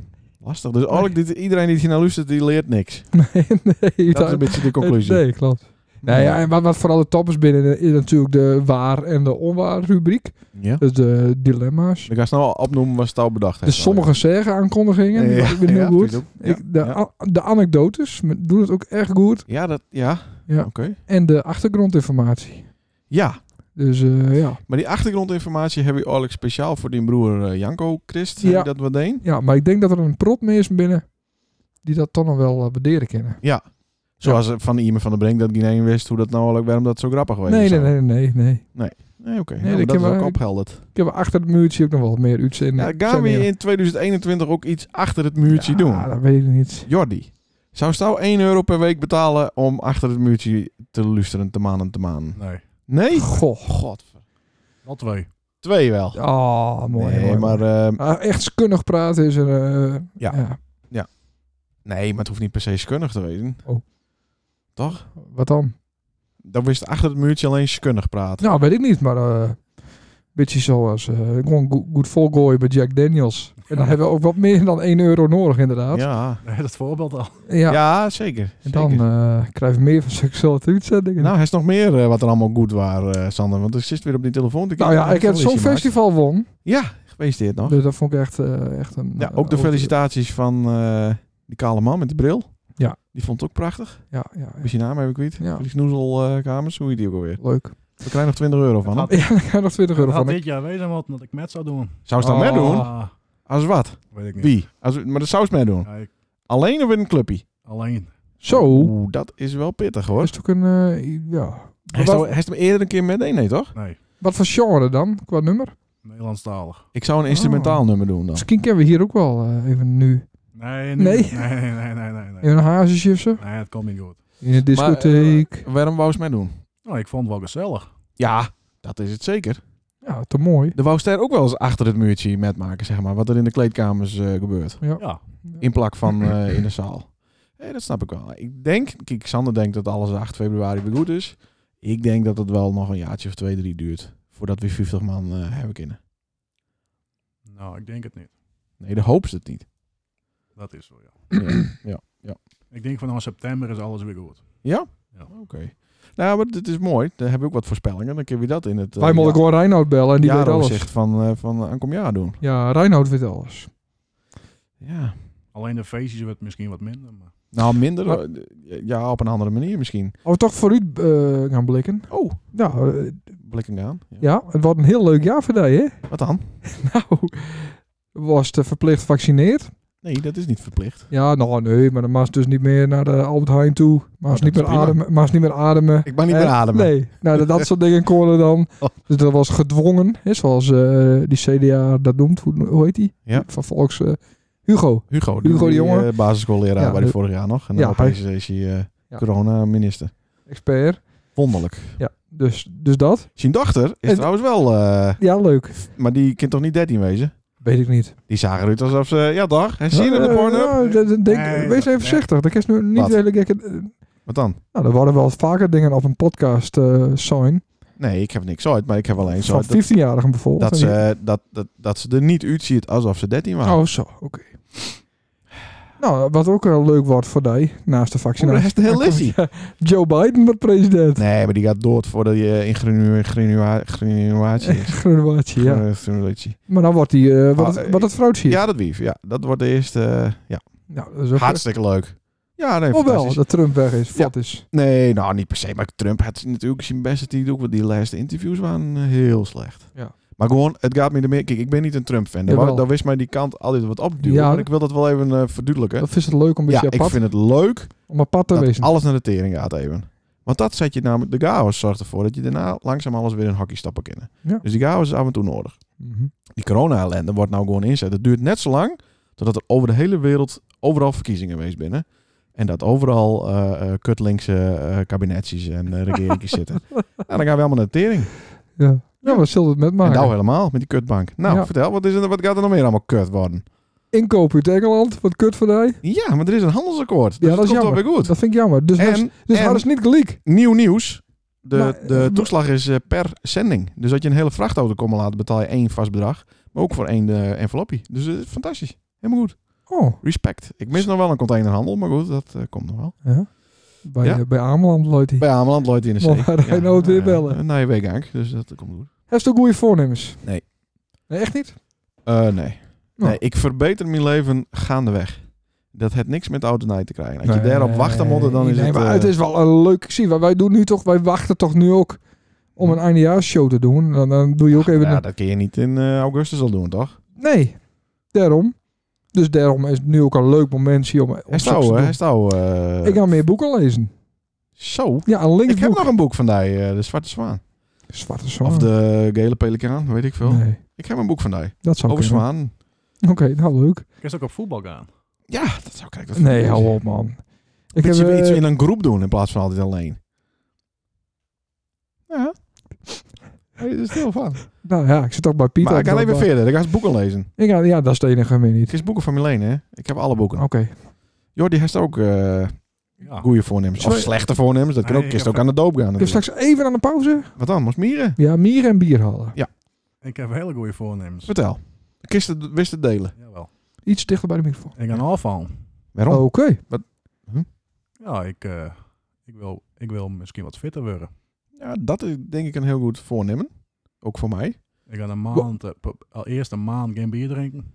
Lastig. Dus eigenlijk dit, iedereen die hier naar luistert, die leert niks. Nee, nee. Dat is een beetje de conclusie. Nee, klopt. Nou ja, en wat, wat vooral de top is binnen eh, is natuurlijk de waar en de onwaar rubriek. Ja. Dus de dilemma's. Ik ga snel opnoemen wat Stouw bedacht heeft. Dus sommige zeggen aankondigingen, Ja, die vind ik ben heel ja, goed. vind ik ook. Ja, ik, de, a- de anekdotes maar doen het ook echt goed. Ja, dat, ja. Ja. oké. En de achtergrondinformatie. Ja, Dus eh, ja. maar die achtergrondinformatie heb je eigenlijk speciaal voor die broer eh, Janko Christ. Ja. Ja. Dat wat deed. ja, maar ik denk dat er een prop mee is binnen die dat toch nog wel eh, waarderen kennen. Ja. Zoals eh, van Iemer van der Brink dat geen een wist hoe dat nou eigenlijk, waarom dat zo grappig was. Nee, nee, nee, nee, nee. Nee, nee oké. Nee, Nou, ik dat heb is ook wel- ophelderd. Ik heb achter het muurtje ook nog wel wat meer uitzendingen. Ja, gaan we in 2021 ook iets achter het muurtje Ja, doen? dat weet ik niet. Jordi, zou Stouw 1 euro per week betalen om achter het muurtje te luisteren, te maanden, te maanden? Nee, Nee? Goh. God. wel twee. Twee wel. Oh, mooi. nee, mooi, mooi. maar, ehm, Ah, echt skunnig praten is er... eh, Ja. nee, maar het hoeft niet per se skunnig te wezen. Oh. Toch? Wat dan? Dan wist achter het muurtje alleen skunnig praten. Nou, weet ik niet, maar... eh beetje zoals... eh, gewoon go- goed volgooien met Jack Daniels. En dan hebben we ook wat meer dan 1 euro nodig, inderdaad. Ja. Nee, dat voorbeeld al. Ja. Ja, zeker. En dan zeker. eh krijgen we meer van seksuele uitzendingen. Nou, hij is nog meer eh, wat er allemaal goed was, eh, Sander. Want ik zit weer op die telefoon. te Nou kijken. ja, ik heb zo'n Gefeliciteerd, festival won. Maarten. Ja, gefeliciteerd nog. Dus dat vond ik echt, eh, echt een... Ja, eh, ook de over- felicitaties van eh, die kale man met die bril. Ja. Die vond het ook prachtig. Ja, ja, ja. Wist je naam, heb ik niet. Ja. Die snoezelkamers, hoe heet die ook alweer? Leuk. We krijgen nog 20 euro van hem. Ja, daar ga je nog 20 euro Dat had van. dit jaar wezen wat dat ik met zou doen. Zou ze dat mee doen? Ah, Als wat? weet ik niet. Wie? Als, maar dat zou ze mee doen. Ja, ik- Alleen of in een clubje? alleen. Oh. Zo. Oeh, dat is wel pittig hoor. Is het ook een... eh, ja. Hij is wat- toch- hij is hem eerder een keer met nee, nee toch? Nee, Wat voor genre dan, qua nummer? Nederlandstalig. Ik zou een instrumentaal nummer doen dan. Misschien kennen we hier ook wel eh, even nu. Nee? Nee, nee, nee, nee, nee, nee. nee, nee. In een hazesje of zo? Nee, het komt niet goed. In de Maar, eh, discotheek. waarom wou ze mee doen? Nou, ik vond het wel gezellig. Ja, dat is het zeker. ja, te mooi. De wou Ster ook wel eens achter het muurtje met maken, zeg maar. Wat er in de kleedkamers eh, gebeurt. Ja, In plak van eh, in de zaal. Hé, dat snap ik wel. Ik denk, kijk, Sander denkt dat alles 8 februari weer goed is. Ik denk dat het wel nog een jaartje of twee, drie duurt. Voordat we 50 man eh, hebben kunnen. nou, ik denk het niet. Nee, de hoop is het niet. Dat is zo, ja. Ja, ja, ja. Ik denk vanaf september is alles weer goed. Ja? Ja. Oké. Nou, maar dit is mooi. Dan heb ik ook wat voorspellingen. Dan kunnen we dat in het eh, Wij moeten ja- gewoon Reinoud bellen en die weet alles. jaaroverzicht van, eh van aankom jaar doen. Ja, Reinoud weet alles. Ja. Alleen de feestjes werd misschien wat minder. Maar... Nou, minder. Maar- eh, ja, op een andere manier misschien. Als we toch vooruit eh, gaan blikken. Oh, Nou, eh, blikken aan. Ja. ja, het wordt een heel leuk jaar voor die, hè? Wat dan? Nou, was het verplicht vaccineerd? Nee, dat is niet verplicht. Ja, nou nee, maar dan mag ze dus niet meer naar de Albert Heijn toe. Mag ze Nou, dat niet, is meer prima. ademen- mag ze niet meer ademen. Ik mag niet meer Eh, ademen. Oh. Nee, nou, dat, dat soort dingen konden dan. Dus dat was gedwongen, hè, zoals eh, die CDA dat noemt. Hoe, hoe heet die? Ja. Van Volks... eh, Hugo. Hugo, Hugo de Jonge. eh, basisschoolleraar Ja, waar hij de- vorig jaar nog. En dan Ja, opeens is hij eh, Ja. corona-minister. expert. Wonderlijk. Ja, dus, dus dat. Zijn dochter is En- trouwens wel... eh, Ja, leuk. maar die kind toch niet 13 wezen? Weet ik niet. Die zagen eruit alsof ze... Ja, dag. En zie je hem Eh, de porno? nou, dat- dat denk- Nee, Wees dat- even voorzichtig. Dat is nu niet Wat? hele gekke... eh, Wat dan? Nou, er worden wel vaker dingen op een podcast eh zijn. Nee, ik heb niks uit. Maar ik heb alleen zo... Van Dat, 15-jarigen bijvoorbeeld. dat, En die- ze, dat, dat, dat ze er niet uitziet alsof ze 13 waren. Oh, zo. Oké. Nou, wat ook wel leuk wordt voor die, naast de Hoe de vaccinatie. rest heel is hij? Joe Biden wordt president. Nee, maar die eh, gaat dood voordat je ingenuatie is. Graduatie, Eh, ja. Ingenuatie. Maar dan wordt hij, eh, wat, Ah, het, eh, wat het vrouwtje is. Ja, dat wief. Ja, dat wordt de eerste... eh, ja, Nou, dat is ook hartstikke leuk. Ja, nee, Oh wel, fantastisch. dat Trump weg is, fat is. Nee, nou niet per se. Maar Trump had natuurlijk zijn beste tijd ook. Want die laatste interviews waren eh, heel slecht. Ja. Maar gewoon, het gaat me ermee. Kijk, ik ben niet een Trump-fan. Daar Jawel. wou- Daar wist mij die kant altijd wat opduwen. Ja. Maar ik wil dat wel even eh, verduidelijken. Dat is het leuk om een Ja, beetje ik apart, vind het leuk om apart te dat wezen. alles naar de tering gaat even. Want dat zet je namelijk, de chaos zorgt ervoor dat je daarna langzaam alles weer in hockey stappen kennen. Ja. Dus die chaos is af en toe nodig. Mhm. Die corona-ellende wordt nou gewoon inzet. Het duurt net zo lang totdat er over de hele wereld overal verkiezingen geweest binnen. En dat overal eh eh kutlinkse eh, kabinetjes en eh regeringjes zitten. Nou, dan gaan we allemaal naar de tering. Ja. ja, wat zullen we het met En maken? nou helemaal, met die kutbank. Nou, Ja. vertel, wat, is er, wat gaat er nog meer allemaal kut worden? Inkoop uit Engeland, wat kut voor die. Ja, maar er is een handelsakkoord. Dus Ja, dat is komt wel jammer. weer goed. Dat vind ik jammer. Dus En- hadden ze- dus en- hadden ze niet gelijk. Nieuw nieuws. De, Maar, de toeslag is eh, per zending. Dus dat je een hele vrachtauto komt laten, betaal je één vast bedrag. Maar ook voor één eh, envelopje. Dus eh, fantastisch. Helemaal goed. Oh. Respect. Ik mis nog wel een containerhandel, maar goed, dat eh, komt nog wel. Ja. Bij, Ja. eh, bij Ameland, Lloyd. Bij Ameland looit in de Maar zee. waar ga je nou weer bellen? Na je week eigenlijk, dus dat komt goed. Heeft ook goede voornemens? Nee. Nee, echt niet? Eh, nee. Nou. nee. Ik verbeter mijn leven gaandeweg. Dat heeft niks met oud en nieuw te krijgen. Als je Nee, daarop wacht, dan moet het- dan is nee, het... maar eh, het is wel een leuk. Ik zie, wij- wij doen nu toch, wij wachten toch nu ook om een eindejaarsshow te doen. Dan, dan doe je ook even. Ja, een- dat kun je niet in eh, augustus al doen, toch? Nee, daarom. Dus daarom is het nu ook een leuk momentje om. om Hij zoiets te zou, doen. hij zou. eh, Ik ga meer boeken lezen. Zo. Ja, een Ik linkboek. heb nog een boek van die, eh, de Zwarte Zwaan. Zwarte Zwaan. Of de gele pelikaan, weet ik veel. Nee. Ik heb een boek van die. Dat zou Over kunnen. zwaan. Oké, nou leuk. Kun je ook op voetbal gaan? Ja, dat zou kijk. Dat Nee, hou op man. Ik Ik heb, beetje, eh, iets in een groep doen in plaats van altijd alleen. Ja. Hij is er stil van. Nou ja, ik zit toch bij Pieter. maar ik ga dan even bij- verder. Ik ga eens boeken lezen. Ik ga, ja, dat is de enige manier niet. Het is boeken van Milene, hè? Ik heb alle boeken. Oké. Jordi heeft ook eh Ja. goede voornemens. Of Sorry. slechte voornemens. Dat kan Oh. Nee, ook. Kist ik ook heb- aan de doop gaan. Ik heb natuurlijk. Dus straks even aan de pauze. Wat dan? Moest mieren? Ja, mieren en bier halen. Ik heb hele goede voornemens. Vertel. Kist het, wist het delen. Jawel. Iets dichter bij de microfoon. Ik ga een afval. Waarom? Oké. Ja, ik, eh, ik, wil, ik wil misschien wat fitter worden. Ja, dat is denk ik een heel goed voornemen. Ook voor mij. Ik ga een maand, eh, pro- al eerst een maand geen bier drinken.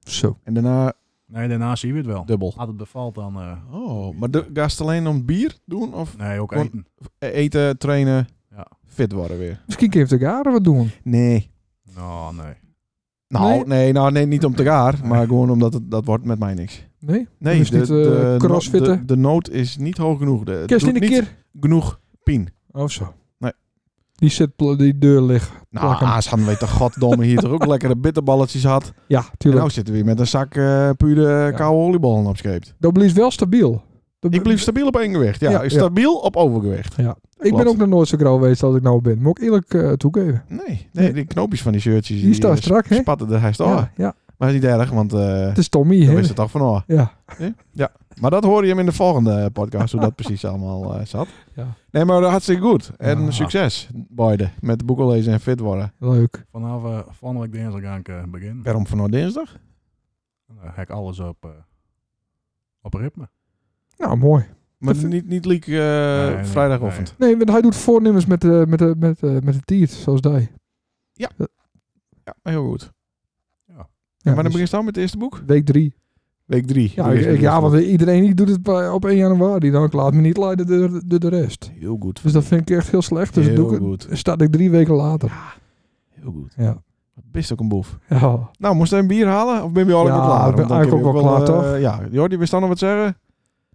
Zo. En daarna Nee, daarna zien we het wel. dubbel. Als het bevalt, dan... eh, Oh, maar de, ga je het alleen om bier doen? Of nee, ook Gewoon- eten. eten, trainen, Ja. fit worden weer? Misschien kun je even de garen wat doen. Nee. Nou, nee. Nou, nee, Nee? nou, nee niet om te gaar, maar gewoon omdat het, dat wordt met mij niks. Nee? Nee, Dus de, niet, eh, de, crossfitten? de, de nood is niet hoog genoeg. De, het Kerst doet in een niet keer. genoeg pijn. Oh, zo. Nee. Die zit, pl- die deur ligt. Nou, Plak hem. Aas had weet de goddomme hier toch ook lekkere bitterballetjes had. En Ja, nou tuurlijk. zitten we weer met een zak eh pure koude oliebollen op scheept. Dat blijft wel stabiel. Dat Ik bleef stabiel op één gewicht. Ja, Ja, ja. stabiel op overgewicht. Ja. Ik ben Klopt. ook nog nooit zo grauw geweest als ik nou ben. Moet ik eerlijk eh, toegeven. Nee, nee, die knoopjes van die shirtjes Die staan eh, strak, hè? spatten er hij staat. Ja, ja. Maar is niet erg, want eh Het is Tommy, dan hè? is het toch van oh. Ja. Maar dat hoor je hem in de volgende podcast, hoe dat precies allemaal eh, zat. Ja. Nee, maar hartstikke goed. En Ja. succes, beide. Met de boeken lezen en fit worden. Leuk. Vanaf eh volgende week dinsdag ga ik eh, beginnen. Waarom van nou dinsdag? Dan heb ik alles op, eh, op ritme. Nou, mooi. Maar Dat- niet, niet leak eh, nee, vrijdagochtend. Nee, want hij doet voornemens met de, met de, met de, met de tiert, zoals die. Ja. Ja, Ja, Ah, heel goed. ja, en wanneer dus begin je dan met het eerste boek? Week drie. Week drie. Ja, Week ik- drie ik- is ja het want iedereen die doet het bij- op 1 januari. Dan ik laat me niet leiden door, door de rest. Heel goed. Dus dat vind ik echt heel slecht. Dus Heel doe ik, goed. start ik drie weken later. Heel goed. Ja. Best ook een boef. Ja. Nou, moest hij een bier halen? Of ben je al Ja, helemaal klaar? ik ben Want dan eigenlijk kun je ook wel klaar, eh, ja, Jordi, wist dan nog wat zeggen?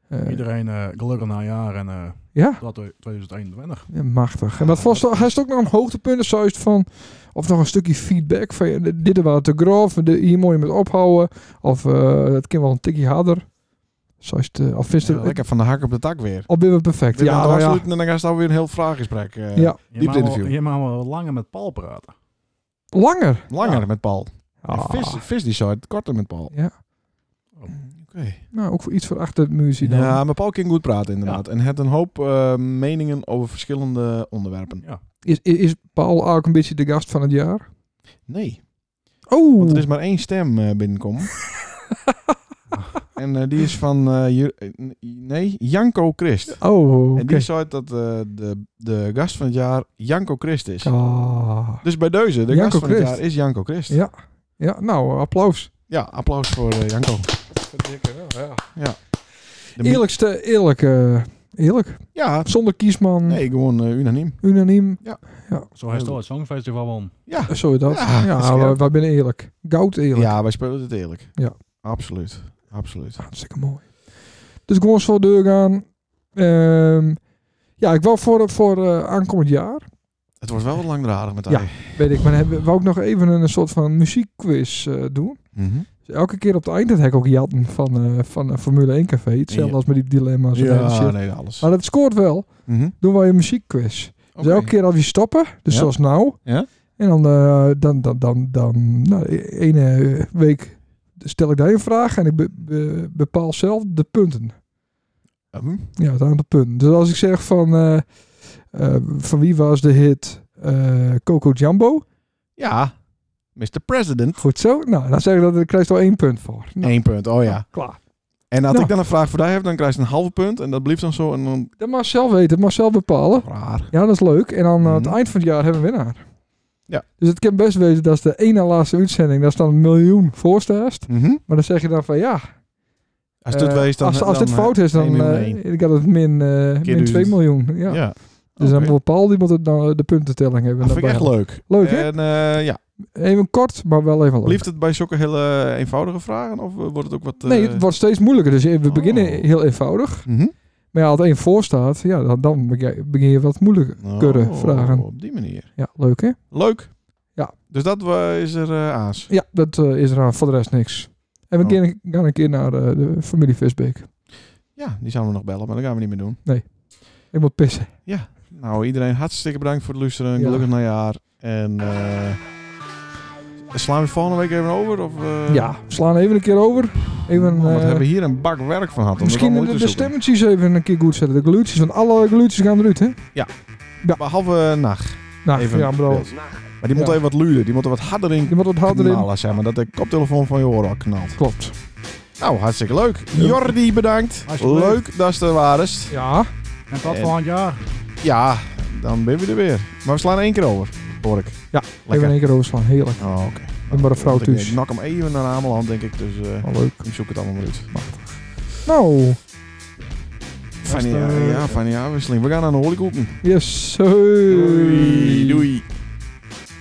Eh, Iedereen eh, gelukkig na jaar en eh ja. tot 2021. ja, machtig. En wat vast, hij is ook nog een hoogtepunt zoiets van... Of nog een stukje feedback van ja, dit- dit was te grof, dit- hier moet je met ophouden. Of eh dat kan wel een tikje harder. Zoals het, eh, of vindt Ja, het, lekker van de hak op de tak weer. al ben we perfect. Ja, Ja, nou ja. En dan gaan ze dan weer een heel vraaggesprek. Ja. eh Je mag, wel, Diepte-interview. je mag wel langer met Paul praten. Langer. Langer Ja. met Paul. Ah. En vis, vis die soort korter met Paul. Ja. Oké. Nou, ook voor iets voor achter de muziek dan. Ja, maar Paul kan goed praten inderdaad. En het een hoop eh, meningen over verschillende onderwerpen. Is, is, is Paul ook een beetje de gast van het jaar? Nee, Oh, want er is maar één stem eh binnenkomen. en eh, die is van, eh, Ju- eh, nee, Janko Christ. oh oké. En die zei dat eh, de, de gast van het jaar Janko Christ is. Ah. Dus bij deze, de Janko gast van Christ. het jaar is Janko Christ. Ja. Ja, nou, applaus. Ja, applaus voor eh, Janko. De mu- Eerlijkste, eerlijk, eh, eerlijk. Ja, Zonder kiesman, nee, gewoon eh, unaniem. unaniem. Zo heeft al het Songfestival won. Ja, Zo is dat. Ja, Ja, scherp. wij, wij zijn eerlijk. Goud eerlijk. Ja, wij spelen het eerlijk. Ja. Absoluut. Absoluut. Hartstikke mooi. Dus gewoon zo deur gaan. Ehm, Ja, ik wou voor, voor eh, aankomend jaar. Het wordt wel wat langdradig met Ja, weet ik. Maar hebben, wou ik nog even een soort van muziekquiz eh, doen. Mhm. Dus elke keer op het eind dat heb ik ook jatten van, eh, van een Formule 1 café. Hetzelfde Ja. als met die dilemma's. en Ja, hele shit. nee, alles. Maar dat scoort wel. Mhm. Doen wij een muziekquiz. Dus elke keer als we stoppen, dus Ja. zoals nou. Ja. En dan, eh, dan, dan, dan, dan nou, e- ene eh, week stel ik daar een vraag en ik be- be- bepaal zelf de punten. Ja, Hm? het aantal punten. Dus als ik zeg van, eh, eh, van wie was de hit eh, Coco Jumbo? Ja, Mr. President. Goed zo. Nou, dan zeg ik dat ik krijg er al één punt voor. Nou, Eén punt, oh ja. Klaar. En als Ja. ik dan een vraag voor jou heb, dan krijg je een halve punt. En dat blijft dan zo. En dan... Dat mag zelf weten, dat mag zelf bepalen. Raar. Ja, dat is leuk. En dan aan het eind van het jaar hebben we een winnaar. Mhm. Ja. Dus het kan best wezen dat is de ene laatste uitzending, dat is dan een miljoen voorstaast. Maar dan zeg je dan van ja. Mhm. Als dit eh, wees, dan- als, als dit dan, eh, fout is, één dan miljoen eh, één. ik had het min, eh, Keer min 2 duizend. miljoen. Ja. Ja. Dus Oké. dan moet Paul die moet het dan eh, de puntentelling hebben. Dat vind ik echt daarbij. leuk. Leuk hè? En eh, ja, Even kort, maar wel even leuk. blijft het bij zulke hele eenvoudige vragen? Of eh, wordt het ook wat... eh, Oh. Mhm. Nee, het wordt steeds moeilijker. Dus we beginnen heel eenvoudig. Maar ja, als één voor staat, ja, dan, dan beg- begin je wat moeilijkere Oh, vragen. Op die manier. Ja, leuk hè? Leuk. Ja. Dus dat eh, is er eh, aas. Ja, dat eh, is eraan. Voor de rest niks. En Oh. we gaan, gaan een keer naar eh, de familie Visbeek. Ja, die zouden we nog bellen, maar dat gaan we niet meer doen. Nee, ik moet pissen. Ja. Nou, iedereen hartstikke bedankt voor het luisteren. Ja. Gelukkig najaar. En eh slaan we volgende week even over? Of, eh, Ja, we slaan even een keer over. Even, Want we eh, hebben we hier een bak werk van gehad. om dat misschien allemaal de, uit de te zoeken. stemmetjes even een keer goed zetten. De glutjes, want alle glutjes gaan eruit hè? Ja. Behalve nacht. Nacht, Nou, ja, bro. Maar die moet Ja. even wat luider. Die moet er wat harder in Die moet wat harder in. knallen, Zeg maar, dat de koptelefoon van je oren al knalt. Klopt. Nou, hartstikke leuk. Jordi, bedankt. Hartstikke leuk. Leuk dat ze er waren. Ja. En tot En- volgend jaar. Ja, dan ben je er weer. Maar we slaan één keer over, hoor ik. Ja, Lekker. even in één keer overslaan. Heerlijk. Oh, oké. En maar een vrouw Want ik- thuis. Ik nak hem even naar Ameland, denk ik. Dus eh Oh, leuk. ik zoek het allemaal maar uit. Nou, Fijne, ja, ja, fijne jaarwisseling. We gaan aan de Hollykoeken. yes. Hey. Doei.